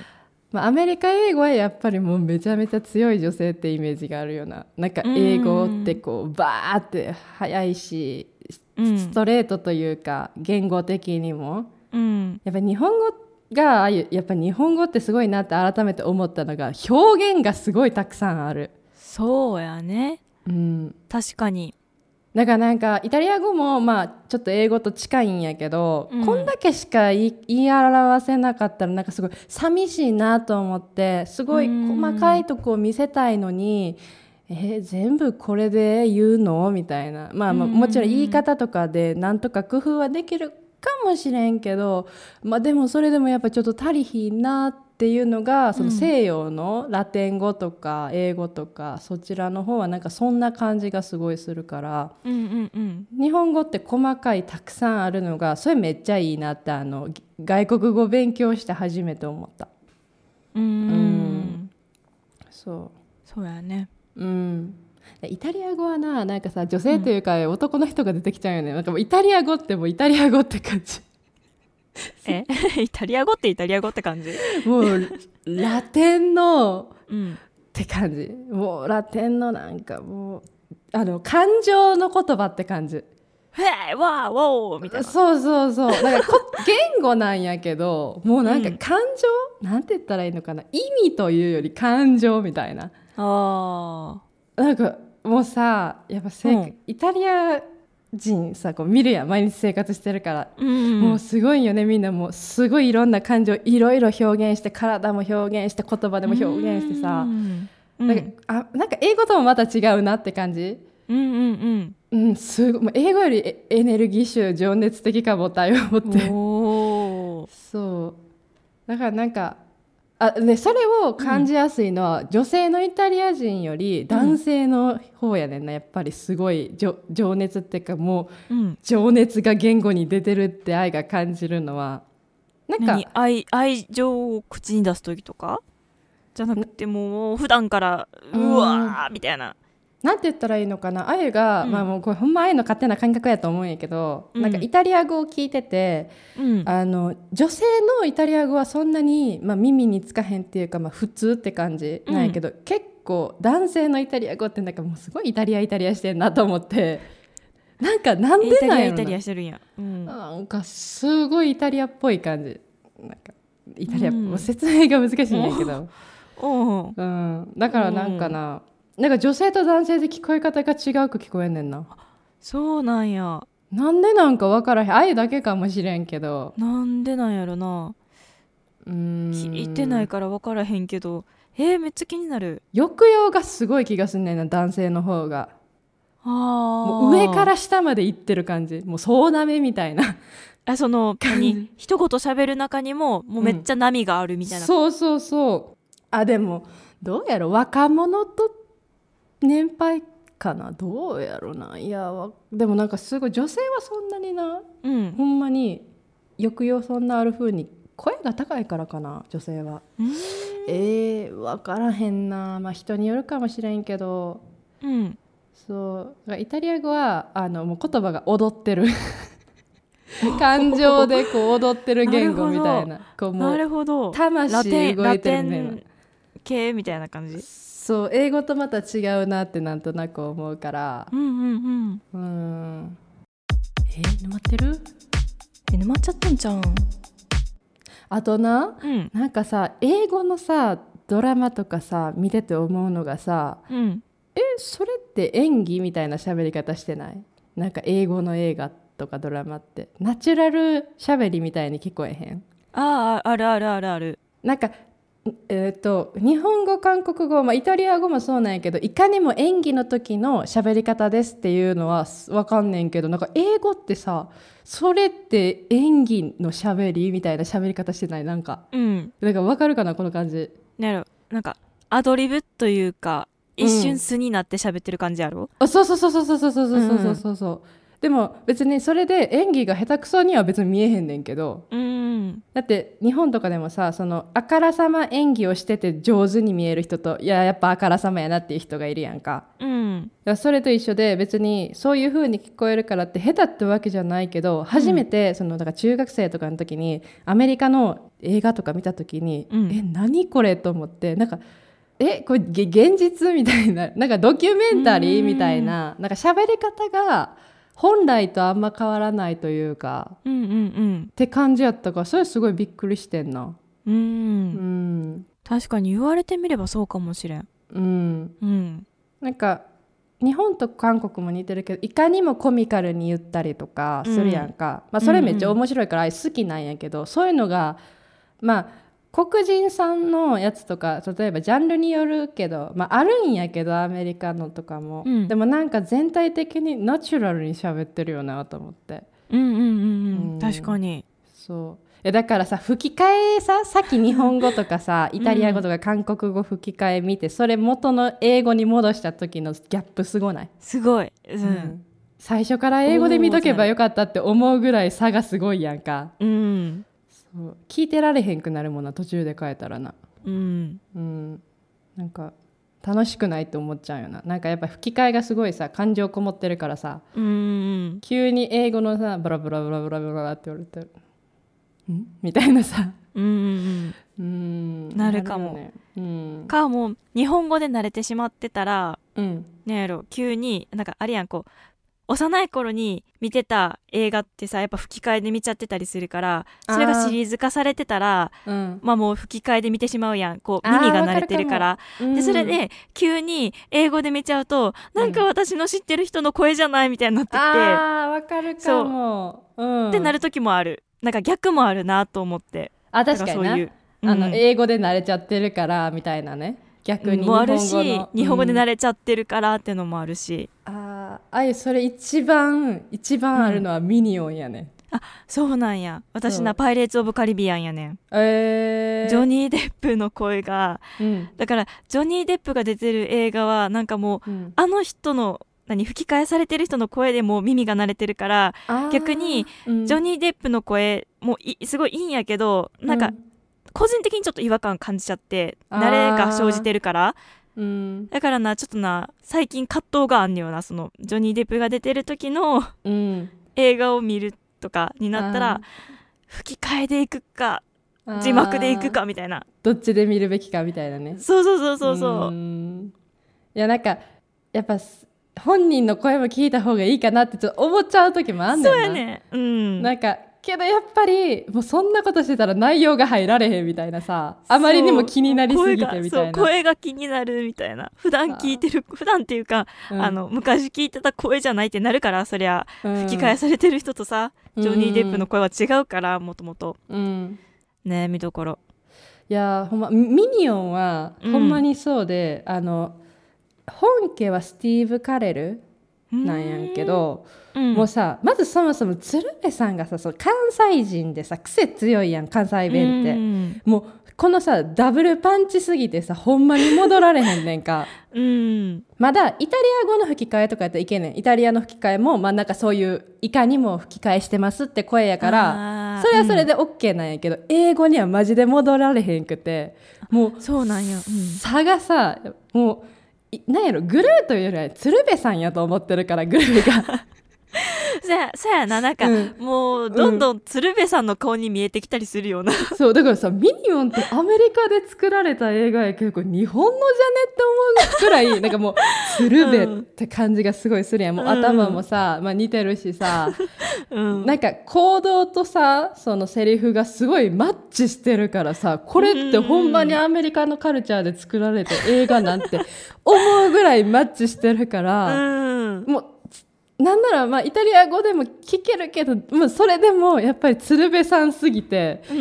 S2: まあ、アメリカ英語はやっぱりもうめちゃめちゃ強い女性ってイメージがあるようななんか
S3: うん
S2: 英語ってこうバーって速いし
S3: うん
S2: ストレートというか言語的にも
S3: うん
S2: やっぱり日本語がああいうやっぱ日本語ってすごいなって改めて思ったのが表現がすごいたくさんある。
S3: そうやね
S2: うん
S3: 確かに
S2: なんかなんかイタリア語もまあちょっと英語と近いんやけど、
S3: うん
S2: こんだけしか言い言い表せなかったらなんかすごい寂しいなと思ってすごい
S3: うん
S2: 細かいとこを見せたいのに、えー全部これで言うのみたいな、まあ、まあ
S3: うん
S2: もちろん言い方とかでなんとか工夫はできるかもしれんけど、まあ、でもそれでもやっぱちょっと足りひんなっていうのがその
S3: うん
S2: 西洋のラテン語とか英語とかそちらの方はなんかそんな感じがすごいするから。
S3: うんうんうん
S2: 日本語って細かいたくさんあるのがそれめっちゃいいなってあのぎ外国語勉強して初めて思った
S3: うん
S2: んそ
S3: そうやね
S2: ううんでイタリア語はななんかさ女性というか、男の人が出てきちゃうよねなんかもうイタリア語ってもうイタリア語って感 じ
S3: えイタリア語ってイタリア語って感じ
S2: もうラテンの
S3: うん
S2: って感じもうラテンのなんかもうあの感情の言葉って感じ
S3: へえわーわーみたいな
S2: そうそうそうなんかこ言語なんやけどもうなんか感情、なんて言ったらいいのかな意味というより感情みたいな
S3: あ
S2: なんかもうさやっぱせ、
S3: うん
S2: イタリア人さこう見るやん毎日生活してるから、
S3: ーうん
S2: もうすごいよねみんなもうすごいいろんな感情いろいろ表現して体も表現して言葉でも表現してさ
S3: うんうん
S2: なんかあなんか英語ともまた違うなって感じ。
S3: うんうん
S2: うん、すごいもう英語よりエエネルギッシュ情熱的かも体を持っ
S3: う
S2: て
S3: んおー
S2: そうだからなんかあでそれを感じやすいのは、女性のイタリア人より男性の方やねんなやっぱりすごいじょ情熱っていうかもう
S3: うん
S2: 情熱が言語に出てるって愛が感じるのはなんか
S3: 何愛愛情を口に出す時とかじゃなくてもう普段からう
S2: うん
S3: わーみたいな
S2: なんて言ったらいいのかな愛が、
S3: うん
S2: まあもうこれほんま愛の勝手な感覚やと思うんやけど、
S3: うん
S2: なんかイタリア語を聞いてて
S3: うん
S2: あの女性のイタリア語はそんなに、まあ、耳につかへんっていうか、まあ、普通って感じなんやけど、結構男性のイタリア語ってなんかもうすごいイタリアイタリアしてんなと思 ってなんかなん
S3: イ
S2: で
S3: タリ
S2: な
S3: ア
S2: んや
S3: イ
S2: ろ
S3: タリ
S2: な
S3: アしてるんやうん
S2: なんかすごいイタリアっぽい感じなんかイタリア、
S3: うん
S2: もう説明が難しいんやけど、
S3: おう
S2: うん、だからなんかな、なんか女性と男性で聞こえ方が違うく聞こえんねんな
S3: そうなんや
S2: なんでなんか分からへん愛だけかもしれんけど
S3: なんでなんやろな
S2: うん
S3: 聞いてないから分からへんけどえー、めっちゃ気になる
S2: 抑揚がすごい気がすんねんな男性の方が
S3: あ
S2: も
S3: も
S2: う上から下まで行ってる感じもうそうなめみたいな
S3: あそ の何一言喋る中にももうめっちゃ波があるみたいな、
S2: そうそうそうあでもどうやろ若者と年配かなどうやろないやわでもなんかすごい女性はそんなにな
S3: うん
S2: ほんまに抑揚そんなある風に声が高いからかな女性は
S3: うん
S2: えー、分からへんなまあ人によるかもしれんけど
S3: うん
S2: そうだからイタリア語はあのもう言葉が踊ってる感情でこう踊ってる言語みたいなこうも
S3: な
S2: う
S3: るほどラテ
S2: 魂
S3: ン
S2: 動
S3: ラ
S2: いて
S3: テ
S2: るみたいな
S3: ン系みたいな感じ
S2: そう英語とまた違うなってなんとなく思うから
S3: うんうん
S2: う
S3: うん
S2: んえ沼ってる
S3: え沼っちゃってんじゃん
S2: あとな
S3: うん
S2: なんかさ英語のさドラマとかさ見てて思うのがさ
S3: うん
S2: えそれって演技みたいな喋り方してないなんか英語の映画とかドラマってナチュラル喋りみたいに聞こえへん
S3: あああるあるあるある
S2: なんかえっ、と日本語韓国語、まあ、イタリア語もそうなんやけどいかにも演技の時の喋り方ですっていうのはすわかんねんけどなんか英語ってさそれって演技の喋りみたいな喋り方してないなんか
S3: うん
S2: なんかわかるかなこの感じ
S3: なるなんかアドリブというか
S2: うん
S3: 一瞬素になって喋ってる感じやろ、
S2: あそうそうそうそうそうそうそうそうそうそうそう、でも別にそれで演技が下手くそには別に見えへんねんけど
S3: うん、うん
S2: だって日本とかでもさそのあからさま演技をしてて上手に見える人といややっぱあからさまやなっていう人がいるやんか
S3: うん
S2: だからそれと一緒で別にそういう風に聞こえるからって下手ってわけじゃないけど初めてそのだから中学生とかの時にアメリカの映画とか見た時に、
S3: うん
S2: え何これと思ってなんかえこれげ現実みたいな なんかドキュメンタリーみたいななんか喋り方が本来とあんま変わらないというか
S3: うんうん
S2: って感じやったからそれすごいびっくりしてんな。
S3: うんうん
S2: うん、
S3: 確かに言われてみればそうかもしれん
S2: うん
S3: うん
S2: なんか日本と韓国も似てるけどいかにもコミカルに言ったりとかするやんか、まあ、それめっちゃ面白いから好きなんやけど、そういうのがまあ黒人さんのやつとか例えばジャンルによるけど、まあ、あるんやけどアメリカのとかも、
S3: うん
S2: でもなんか全体的にナチュラルに喋ってるよなと思って
S3: うんう
S2: う
S3: んうんうんん確かに
S2: そういやだからさ吹き替えささっき日本語とかさイタリア語とか韓国語吹き替え見てそれ元の英語に戻した時のギャップすごない
S3: すごいうん、
S2: 最初から英語で見とけばよかったって思うぐらい差がすごいやんか
S3: うん
S2: そう聞いてられへんくなるもんな途中で変えたらな
S3: うん、
S2: うんなんか楽しくないって思っちゃうよななんかやっぱ吹き替えがすごいさ感情こもってるからさ
S3: うんうん、
S2: 急に英語のさブラブラブラブラブラって言われてんみたいなさ
S3: うんうん
S2: うん
S3: なるかも
S2: なよねうん
S3: かもう日本語で慣れてしまってたら
S2: うん
S3: なんやろ急になんかあれやんこう幼い頃に見てた映画ってさやっぱ吹き替えで見ちゃってたりするからそれがシリーズ化されてたら
S2: うん
S3: まあもう吹き替えで見てしまうやんこう
S2: あー
S3: 耳が慣れてるからでそれ
S2: うん
S3: で急に英語で見ちゃうとなんか私の知ってる人の声じゃないみたいになってって
S2: あーわかるかもうん
S3: ってなる時もあるなんか逆もあるなと思って
S2: あ確かにな
S3: だらそういう
S2: あの
S3: うん
S2: 英語で慣れちゃってるからみたいなね逆に日
S3: も
S2: 本
S3: あ
S2: 語
S3: る
S2: の
S3: し日本語で
S2: れ、
S3: 慣れちゃってるからってのもあるし
S2: うんあーあゆそれ一番一番あるのはミニオンやね、
S3: そうなんや私
S2: そう
S3: なパイレーツ・オブ・カリビアンやねん
S2: えー、
S3: ジョニー・デップの声が
S2: うん
S3: だからジョニー・デップが出てる映画はなんかもう
S2: うん
S3: あの人の何吹き替えされてる人の声でもう耳が慣れてるから
S2: あー
S3: 逆に
S2: うん
S3: ジョニー・デップの声もいすごいいいんやけどなん
S2: う
S3: か個人的にちょっと違和感感じちゃって慣れが生じてるから
S2: うん
S3: だからなちょっとな最近葛藤があんねよなそのジョニー・デップが出てる時の
S2: うん
S3: 映画を見るとかになっ
S2: あ
S3: た
S2: ー
S3: ら吹き替えでいくか
S2: あー
S3: 字幕でいくかみたいな
S2: どっちで見るべきかみたいなね
S3: そうそうそうそうそうう
S2: ーんいやなんかやっぱす本人の声も聞いた方がいいかなってちょっと思っちゃう時もあんねんな
S3: そうやねうん
S2: なんかけどやっぱりもうそんなことしてたら内容が入られへんみたいなさあまりにも気になりすぎてみたいな
S3: 声がそう声が気になるみたいな普段聞いてる普段っていうか、
S2: うん
S3: あの昔聞いてた声じゃないってなるからそりゃ
S2: うん
S3: 吹き替えされてる人とさ、ジョニー・デップ
S2: う
S3: の
S2: ん
S3: 声は違うからもともと
S2: うん
S3: ね見どころ
S2: いやーほんまミニオンは
S3: うん
S2: ほんまにそうで、あの本家はスティーブ・カレルなんやんけ、ど、
S3: うん
S2: もうさまずそもそも鶴瓶さんがさそう関西人でさ癖強いやん関西弁って、
S3: うん
S2: もうこのさダブルパンチすぎてさほんまに戻られへんねん か
S3: うん
S2: まだイタリア語の吹き替えとかやったらいけんねんイタリアの吹き替えもまあなんかそういういかにも吹き替えしてますって声やから
S3: あー
S2: それはそれで OK なんやけど、英語にはマジで戻られへんくてもう
S3: うんそうなんや、うん
S2: 差がさもういなんやろグルーというよりは鶴瓶さんやと思ってるからグルーが
S3: そやそやななんか、
S2: うん
S3: もうどんどん鶴瓶さんの顔に見えてきたりするような、
S2: そうだからさミニオンってアメリカで作られた映画やけどこれ日本のじゃねって思うくら いなんかもう鶴瓶って感じがすごいするやんもう
S3: うん
S2: 頭もさ、まあ、似てるしさ
S3: うん、
S2: なんか行動とさそのセリフがすごいマッチしてるからさこれってほんまにアメリカのカルチャーで作られた映画なんて思うぐらいマッチしてるから。
S3: うん
S2: もうつなんならまあイタリア語でも聞けるけどもうそれでもやっぱり鶴瓶さんすぎて
S3: うんう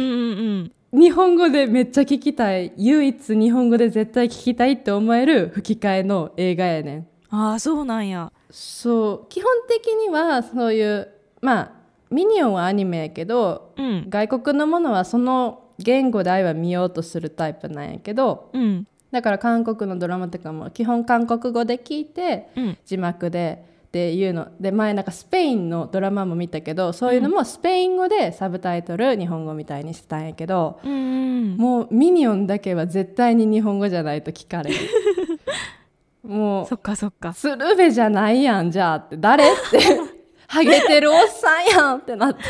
S3: ん
S2: 日本語でめっちゃ聞きたい唯一日本語で絶対聞きたいって思える吹き替えの映画やねん
S3: ああそうなんや
S2: そう基本的にはそういうまあミニオンはアニメやけど
S3: うん
S2: 外国のものはその言語で愛は見ようとするタイプなんやけど
S3: うん
S2: だから韓国のドラマとかも基本韓国語で聞いて
S3: うん
S2: 字幕でっていうので前なんかスペインのドラマも見たけどそういうのもスペイン語でサブタイトル日本語みたいにしてたんやけど、
S3: うんうん
S2: もうミニオンだけは絶対に日本語じゃないと聞 かれるも
S3: そっかそっ
S2: う
S3: か。
S2: 鶴瓶じゃないやんじゃあって誰ってハゲてるおっさんやんってなって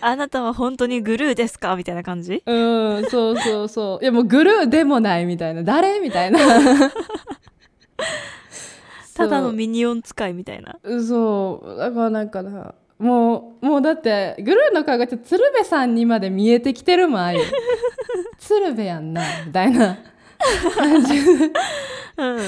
S3: あなたは本当にグルーですかみたいな感じ
S2: うんそうそうそういやもうグルーでもないみたいな誰み たいな
S3: ただ
S2: そう
S3: のミニオン使いみたいな。
S2: そうだからなんかなもうもうだってグルーの顔がちょっと鶴瓶さんにまで見えてきてるもんあゆ 鶴瓶やんなみたいな
S3: うん。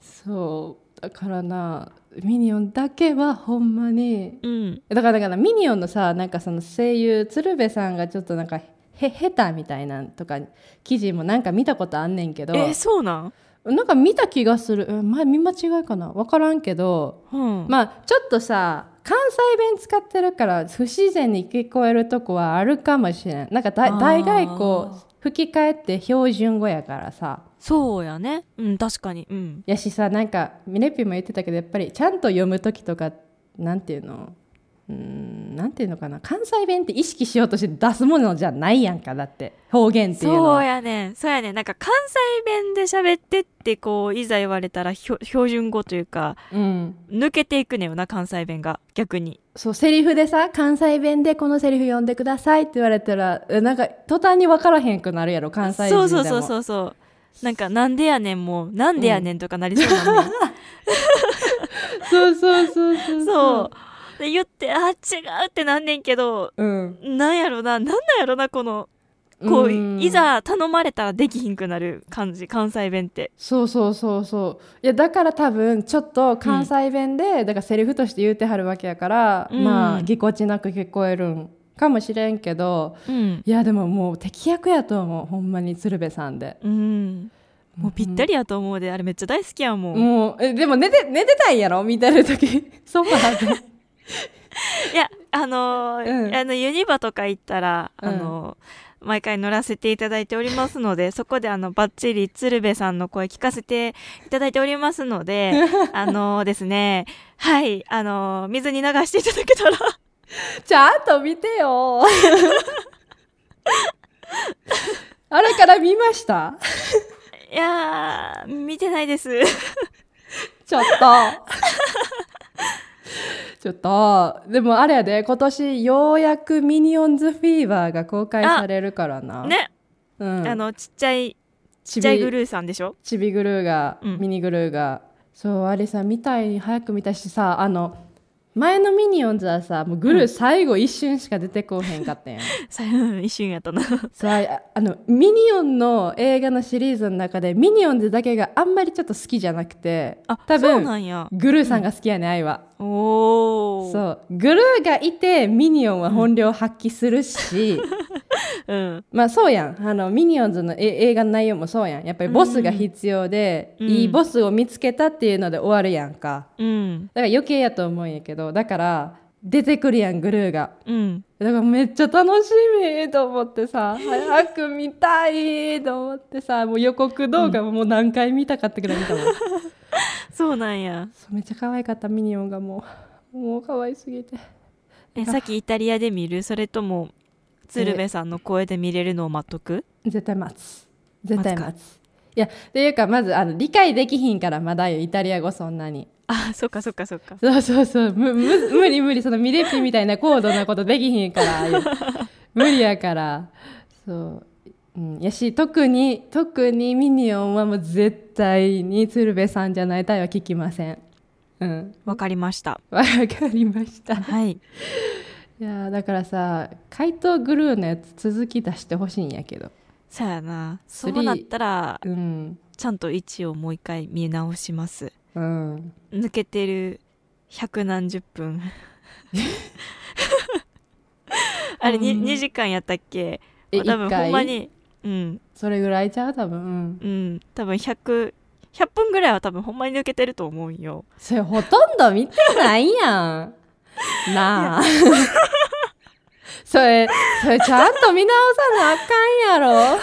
S2: そうだからなミニオンだけはほんまに
S3: うん。
S2: だからだからミニオンのさなんかその声優鶴瓶さんがちょっとなんかへ下手みたいなんとか記事もなんか見たことあんねんけど
S3: えそうなん
S2: なんか見た気がするうん前見間違いかな分からんけど
S3: うん。
S2: まあちょっとさ関西弁使ってるから不自然に聞こえるとこはあるかもしれないなんかだ
S3: あー
S2: 大概こう吹き替えって標準語やからさ
S3: そうやね。うん、確かに。うん。
S2: やしさなんかミレピも言ってたけどやっぱりちゃんと読む時とかなんていうのうーんなんていうのかな関西弁って意識しようとして出すものじゃないやんかだって方言っていうの
S3: そう
S2: は
S3: やね。そうやね。なんか関西弁で喋ってって、こう、いざ言われたらひょ標準語というか、
S2: うん、
S3: 抜けていくねよな、関西弁が。逆に。
S2: そうセリフでさ関西弁でこのセリフ読んでくださいって言われたらえなんか途端に分からへんくなるやろ関西人で
S3: そ
S2: も
S3: うそうそうそうそう。なんか、なんでやねんもう、なんでやねんとかなりそうなんだよ
S2: そうそうそうそう
S3: そう。で、言って、あ、違うってなんねんけど、
S2: う。うん。
S3: なんやろな、なんなんやろな、この、こう、い。ざ頼まれたらできひんくなる感じ、関西弁って。
S2: そうそうそうそう。いやだから多分ちょっと関西弁で、だからセリフとして言うてはるわけやから、
S3: うん
S2: まあぎこちなく聞こえるんかもしれんけど、
S3: うん。
S2: いやでももう適役やと思う。ほんまに鶴瓶さんで。
S3: うん。もうぴったりやと思うで、あれめっちゃ大好きやもん。
S2: もうえでも寝て寝てたんやろ見てる 時ソフ ァーで。
S3: いや、あのー
S2: うん
S3: あの、ユニバとか行ったら、
S2: うん
S3: あのー毎回乗らせていただいておりますの で、そこであの、バッチリ鶴瓶さんの声聞かせていただいております ので、あのーですね、はい、あのー水に流していただけたら、
S2: ちゃんと見て よ。あれから見ました
S3: いやー、見てな いです。
S2: ちょっと。 ちょっと。でもあれやで、今年ようやくミニオンズフィーバーが公開されるからな。。
S3: ね、
S2: うん。
S3: あの、ちっちゃい、ち
S2: ち
S3: っちゃいグ
S2: び、
S3: ルーさんでしょ
S2: ちびグルーが、
S3: うん
S2: ミニグルーが。そう、あれさ、見たい、早く見たいしさ、あの、前のミニオンズはさもうグルー最後一瞬しか出てこうへんかったやん、
S3: さうん一瞬やったな。
S2: さああのミニオンの映画のシリーズの中でミニオンズだけがあんまりちょっと好きじゃなくて
S3: あ、
S2: 多
S3: そう
S2: 分
S3: なんや。
S2: グルーさんが好きやね、愛は
S3: おお。う。
S2: そうグルーがいてミニオンは本領発揮するし、
S3: うん。
S2: まあそうやんあのミニオンズのえ映画の内容もそうやんやっぱりボスが必要で、
S3: うん
S2: いいボスを見つけたっていうので終わるやんか
S3: うん。
S2: だから余計やと思うんやけどだから出てくるやんグルーが
S3: うん。
S2: だからめっちゃ楽しみと思ってさ早く見たいと思ってさもう予告動画ももう何回見たかってくらい見たもん、そう
S3: そうなんや。
S2: めっちゃ可愛かったミニオンがもうもう可愛すぎて
S3: え、さっきイタリアで見るそれとも、鶴瓶さんの声で見れるのを待っとく
S2: 絶対待つ絶対
S3: 待
S2: 待ついやっていうかまずあの理解できひんからまだよイタリア語そんなに
S3: あ、そっかそっかそっか。
S2: そうそうそうむむ無理無理そのミレッピみたいな高度なことできひんからああいう無理やからそう、うん、やし特に特にミニオンはもう絶対に鶴瓶さんじゃないとは聞きませんうん
S3: わかりま した。
S2: わかりましたい
S3: はい。
S2: やーだからさ怪盗グルーのやつ続き出してほしいんやけど
S3: そやな。そ
S2: スリー
S3: うなったら、
S2: うん
S3: ちゃんと位置をもう一回見直します。
S2: うん
S3: 抜けてる百何十 分あれ 2,、
S2: うん
S3: 二時間やったっけ
S2: え
S3: まあ多分
S2: 一回
S3: ほんまにうん
S2: それぐらいちゃう多分うん
S3: うん多分100100分ぐらいは多分ほんまに抜けてると思うんよ
S2: それほとんど見てない やんなあ それそれちゃんと見直さなあかんや ろ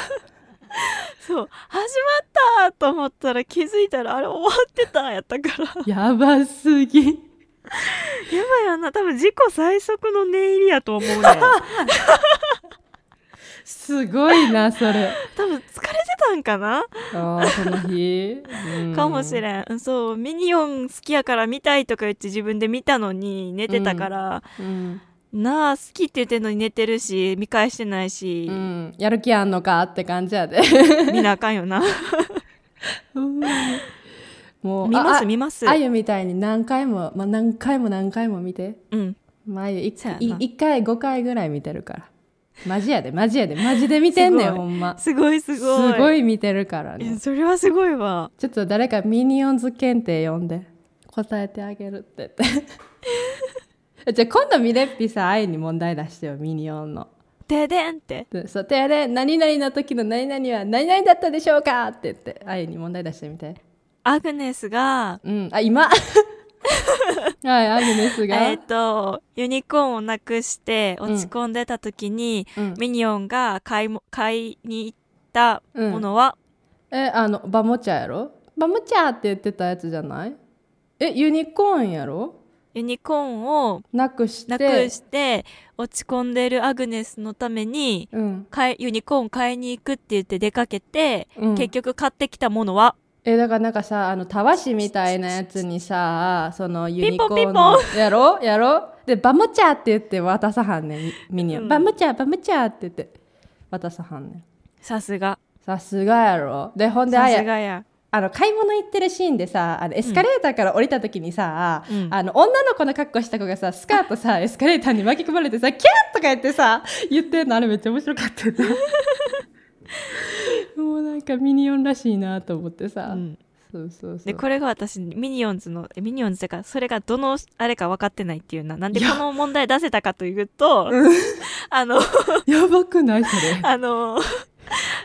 S3: そう始まったと思ったら気づいたらあれ終わってたやったから や
S2: やばすぎ
S3: ばいよな多分自己最速の念入りやと思うねん 多
S2: すごいなそれ
S3: 分疲れてたんかな、
S2: あーその日、うん
S3: かもしれんそうミニオン好きやから見たいとか言って自分で見たのに寝てたから、
S2: うん、
S3: なあ好きって言ってんのに寝てるし見返してないし
S2: う、ん、やる気あんのかって感じや で
S3: 見なあかん よな
S2: もう
S3: 見ま
S2: あ
S3: す見ます
S2: ああゆみたいに何回も、まあ、何回も何回も見て
S3: うん
S2: まあ、い
S3: そうやな
S2: 一一回5回ぐらい見てるからマジやでマジやでマジで見てんね
S3: す
S2: ん
S3: ごい
S2: ほんます
S3: ごいす
S2: す
S3: ごい
S2: ごい見てるから
S3: いや
S2: ね
S3: それはすごいわ
S2: ちょっと誰かミニオンズ検定読んで答えてあげるって 言ってじゃあ今度ミレッピさ愛に問題出してよミニオンの
S3: ででんって
S2: でそうてあれ何々の時の何々は何々だったでしょうかって言って愛に問題出してみて
S3: アグネスが
S2: うんあ 今はいアグネスが、
S3: えっ、とユニコーンをなくして落ち込んでた時に、
S2: うん
S3: ミニオンが買いも買いに行った
S2: うん
S3: ものは、
S2: えあのバモチャやろバモチャって言ってたやつじゃないえユニコーンやろ
S3: ユニコーンを
S2: なくして
S3: なくして落ち込んでるアグネスのために
S2: うん
S3: 買いユニコーン買いに行くって言って出かけて、
S2: うん、
S3: 結局買ってきたものは
S2: えだからなんかさあのたわしみたいなやつにさそのユニコ
S3: ピン
S2: ー
S3: ポン
S2: ンのやろやろでバムチャーって言って渡さはんねんミニオン、
S3: うん
S2: バムチャーバムチャーって言って渡さはんねん
S3: さすが
S2: さすがやろでほんであ
S3: さす
S2: や
S3: がや
S2: あの買い物行ってるシーンでさあのエスカレーターから降りた時にさ、
S3: うん
S2: あの女の子の格好した子がさスカート さエスカレーターに巻き込まれてさキャーとか言ってさ言ってんのあれめっちゃ面白かったよ ねもうなんかミニオンらしいなと思ってさ、
S3: うん
S2: そうそうそう
S3: でこれが私ミニオンズのえミニオンズだからそれがどのあれか分かってないっていうななんで
S2: い
S3: こ
S2: や
S3: の問題出せたかというと あの
S2: やばくないそ れ。
S3: あの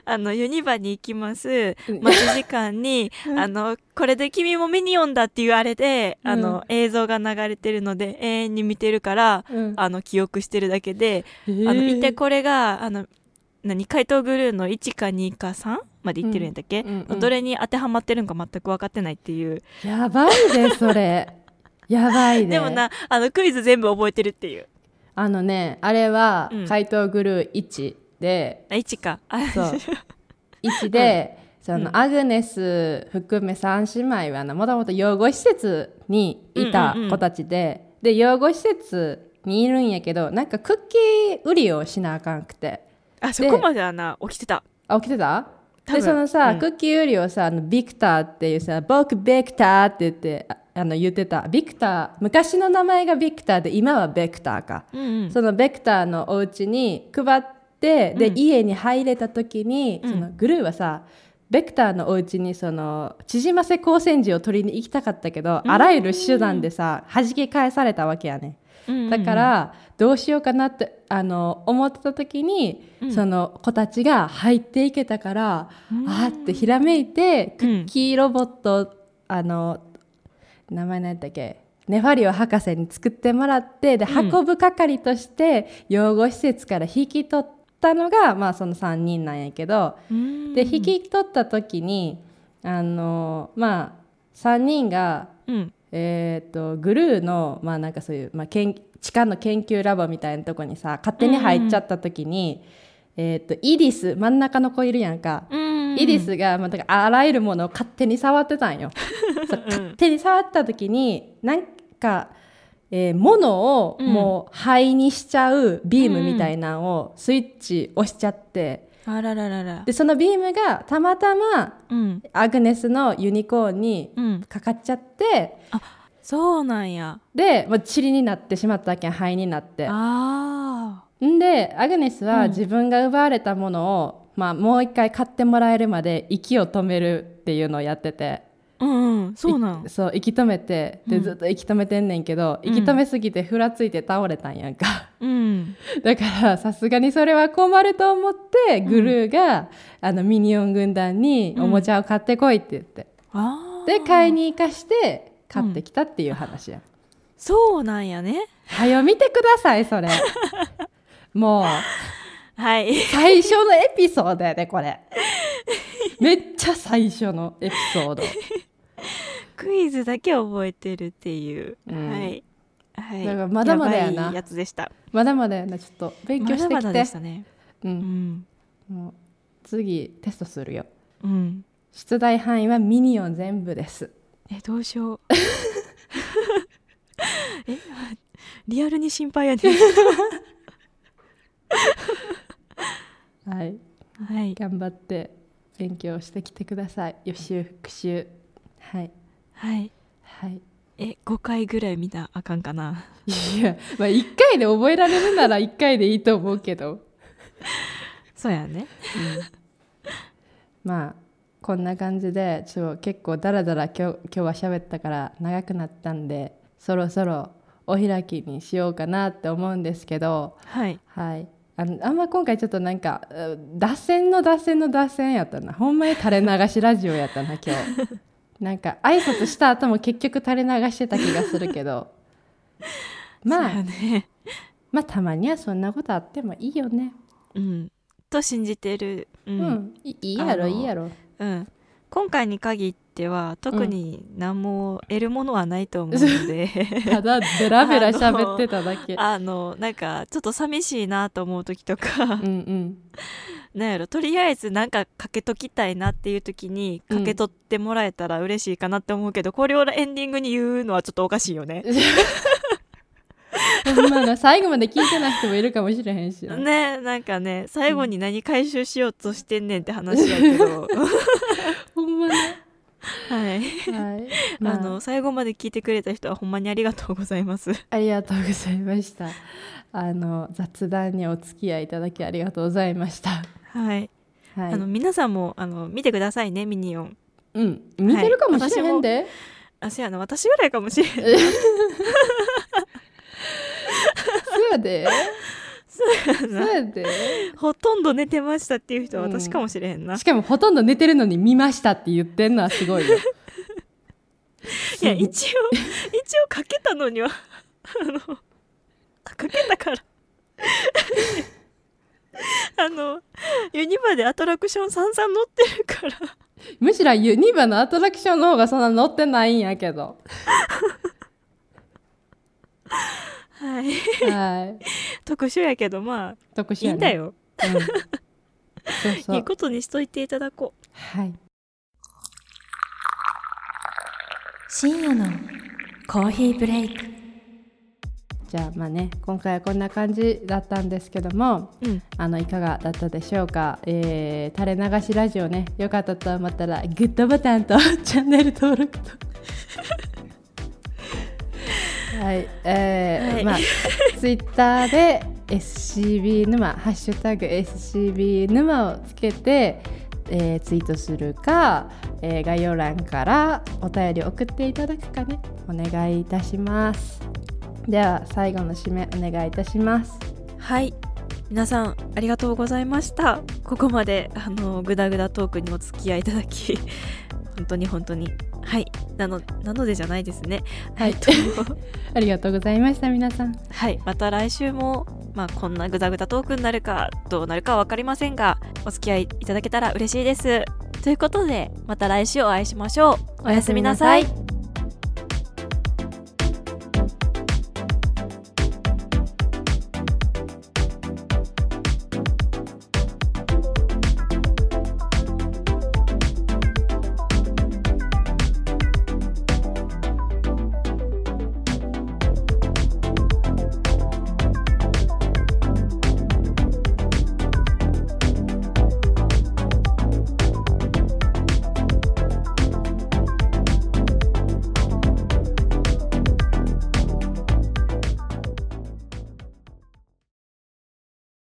S3: あのユニバに行きます
S2: うん
S3: 待ち時 間に、あのこれで「君もミニオンだ」っていうあれで、あの映像が流れてるので永遠に見てるから
S2: うん
S3: あの記憶してるだけで、
S2: えー
S3: あの一体これがあの何怪盗グルーの1か2か3まで言ってるんだっけ、
S2: うんうんうん
S3: どれに当てはまってるのか全く分かってないっていう
S2: やばいねそ れ。やばいね。
S3: でもなあのクイズ全部覚えてるっていう
S2: あのねあれは
S3: うん
S2: 怪盗グルー1で、
S3: あ1かあ
S2: そう1で、その、
S3: うん
S2: アグネス含め3姉妹はなもともと養護施設にいた
S3: うんうんうん
S2: 子たちで、で養護施設にいるんやけどなんかクッキー売りをしなあかんくて。
S3: あそこまではな起きてた
S2: あ起きてた
S3: 多分
S2: でそのさ、
S3: うん
S2: クッキーよりをさあのビクターっていうさ「僕ビクター」って言ってああの言ってたビクター昔の名前がビクターで今はベクターか、
S3: うんうん
S2: そのベクターのお家に配ってで、
S3: うん
S2: 家に入れた時に、
S3: うん
S2: そのグルーはさベクターのお家にその縮ませ光線時を取りに行きたかったけど、
S3: うん
S2: あらゆる手段でさ弾き返されたわけやね、
S3: うんうんうん
S2: だからどうしようかなってあの思ってた時に、
S3: うん
S2: その子たちが入っていけたから、
S3: うん
S2: あーってひらめいてク
S3: うん
S2: ッキーロボットあの名前何だっけネファリオ博士に作ってもらってで
S3: うん
S2: 運ぶ係として養護施設から引き取ったのが、まあ、その3人なんやけど、
S3: うん
S2: で引き取った時にあのまあ3人が
S3: うん
S2: えー、とグルーの,、まあ、なんかそういう、まあ、研地下の研究ラボみたいなとこにさ勝手に入っちゃった時に、えー、とイディス真ん中の子いるやんか、
S3: うん
S2: イディスが、まあ、だからあらゆるものを勝手に触ってたん よ。
S3: うん
S2: 手に触った時になんか、えー物をもう灰にしちゃうビームみたいなのをスイッチ押しちゃって、
S3: あらららら
S2: でそのビームがたまたま
S3: うん
S2: アグネスのユニコーンに
S3: うん
S2: かかっちゃって。
S3: そうなんや
S2: で、まあ、塵になってしまったけん灰になって
S3: あ
S2: んでアグネス
S3: う
S2: は
S3: ん
S2: 自分が奪われたものを、まあ、もう一回買ってもらえるまで息を止めるっていうのをやってて
S3: ーうんうんそうなん
S2: いそう息止めてで
S3: うん
S2: ずっと息止めてんねんけど、
S3: うん
S2: 息止めすぎてふらついて倒れたんやんか
S3: うん
S2: だからさすがにそれは困ると思ってグルーが、あのミニオン軍団に
S3: うん
S2: おもちゃを買ってこいって言って、
S3: あー
S2: で買いに行かして買ってきたっていう話や、
S3: そうなんやね
S2: はよ見てください それもう
S3: はい
S2: 最初のエピソードやねこれめっちゃ最初のエピソー ド
S3: クイズだけ覚えてるっていう、
S2: うん
S3: はいはい
S2: だからまだまだやな
S3: ばいやつでした
S2: まだまだやなちょっと勉強してきて
S3: まだまだでしたね
S2: う、
S3: うんん
S2: もう次テストするよ
S3: うん
S2: 出題範囲はミニオン全部です
S3: えどうしよう えリアルに心配やね
S2: はい
S3: はい
S2: 頑張って勉強してきてください予習復習はい
S3: はい
S2: はい
S3: え5回ぐらい見たらあかんかない
S2: やまあ1回で覚えられるなら1回でいいと思うけど
S3: そうやね
S2: まあこんな感じでちょっと結構ダラダラ今日今日は喋ったから長くなったんでそろそろお開きにしようかなって思うんですけど
S3: はい
S2: はいあのあんま今回ちょっとなんかう脱線の脱線の脱線やったなほんまに垂れ流しラジオやったな今 日なんか挨拶した後も結局垂れ流してた気がするけどま
S3: そう
S2: あ
S3: やね
S2: まあたまにはそんなことあってもいいよね
S3: うんと信じてるう、
S2: うんん、
S3: うん
S2: いいいやろ
S3: あの
S2: いいやろ
S3: 今回に限っては特に何も得るものはないと思うので、
S2: ただベラベラ喋ってただけ
S3: あのなんかちょっと寂しいなと思う時とか、
S2: うんうん
S3: なんやろとりあえずなんかかけときたいなっていう時に
S2: うん
S3: かけとってもらえたら嬉しいかなって思うけど、これをエンディングに言うのはちょっとおかしいよね。
S2: ほんまな最後まで聞いてない人もいるかもしれへんしな。
S3: ね なんかね最後に何回収しようとしてんねんって話やけど、
S2: ほんまね。
S3: は
S2: は
S3: い、
S2: い。
S3: あ、
S2: ま
S3: の最後まで聞いてくれた人はほんまにありがとうございます。
S2: ありがとうございました。あの雑談にお付き合いいただきありがとうございました。
S3: はい、
S2: はい
S3: あの。皆さんもあの見てくださいねミニオン。
S2: うん。見てるかもしれへんで。
S3: あせやな私ぐらいかもしれん。
S2: そうや で。そうやで。
S3: ほとんど寝てましたっていう人は私かもしれへんな。
S2: しかもほとんど寝てるのに見ましたって言ってんのはすごいよ。
S3: いや一応一応かけたのには あのかけたから あのユニバでアトラクションさんざん乗ってるから
S2: むしろユニバのアトラクションの方がそんな乗ってないんやけど。
S3: はい
S2: はい。
S3: 特殊やけどま
S2: 特
S3: あい
S2: 殊
S3: い
S2: や
S3: ん
S2: ね
S3: だ。よ、
S2: うんそうそ
S3: いうい。ことにしといていただこ
S2: はい。
S1: 深夜のコーヒーブレイク
S2: じゃあまあね今回はこんな感じだったんですけども
S3: ううん
S2: あのいかがだったでしょうか、えー、垂れ流しラジオ ねよかったと思ったらグッドボタンとチャンネル登録と はい、えー
S3: はい
S2: まあツイッターで SCB 沼ハッシュタグ SCB 沼をつけて、えーツイートするか、えー概要欄からお便り送っていただくかねお願いいたしますでは最後の締めお願いいたします
S3: はい皆さんありがとうございましたここまであのグダグダトークにお付き合いいただき 本当に本当にはいなのなのでじゃないですね
S2: はい
S3: えっと
S2: ありがとうございました皆さん
S3: はいまた来週もまあこんなグダグダトークになるかどうなるかは分かりませんがお付き合いいただけたら嬉しいですということでまた来週お会いしましょうおやすみなさい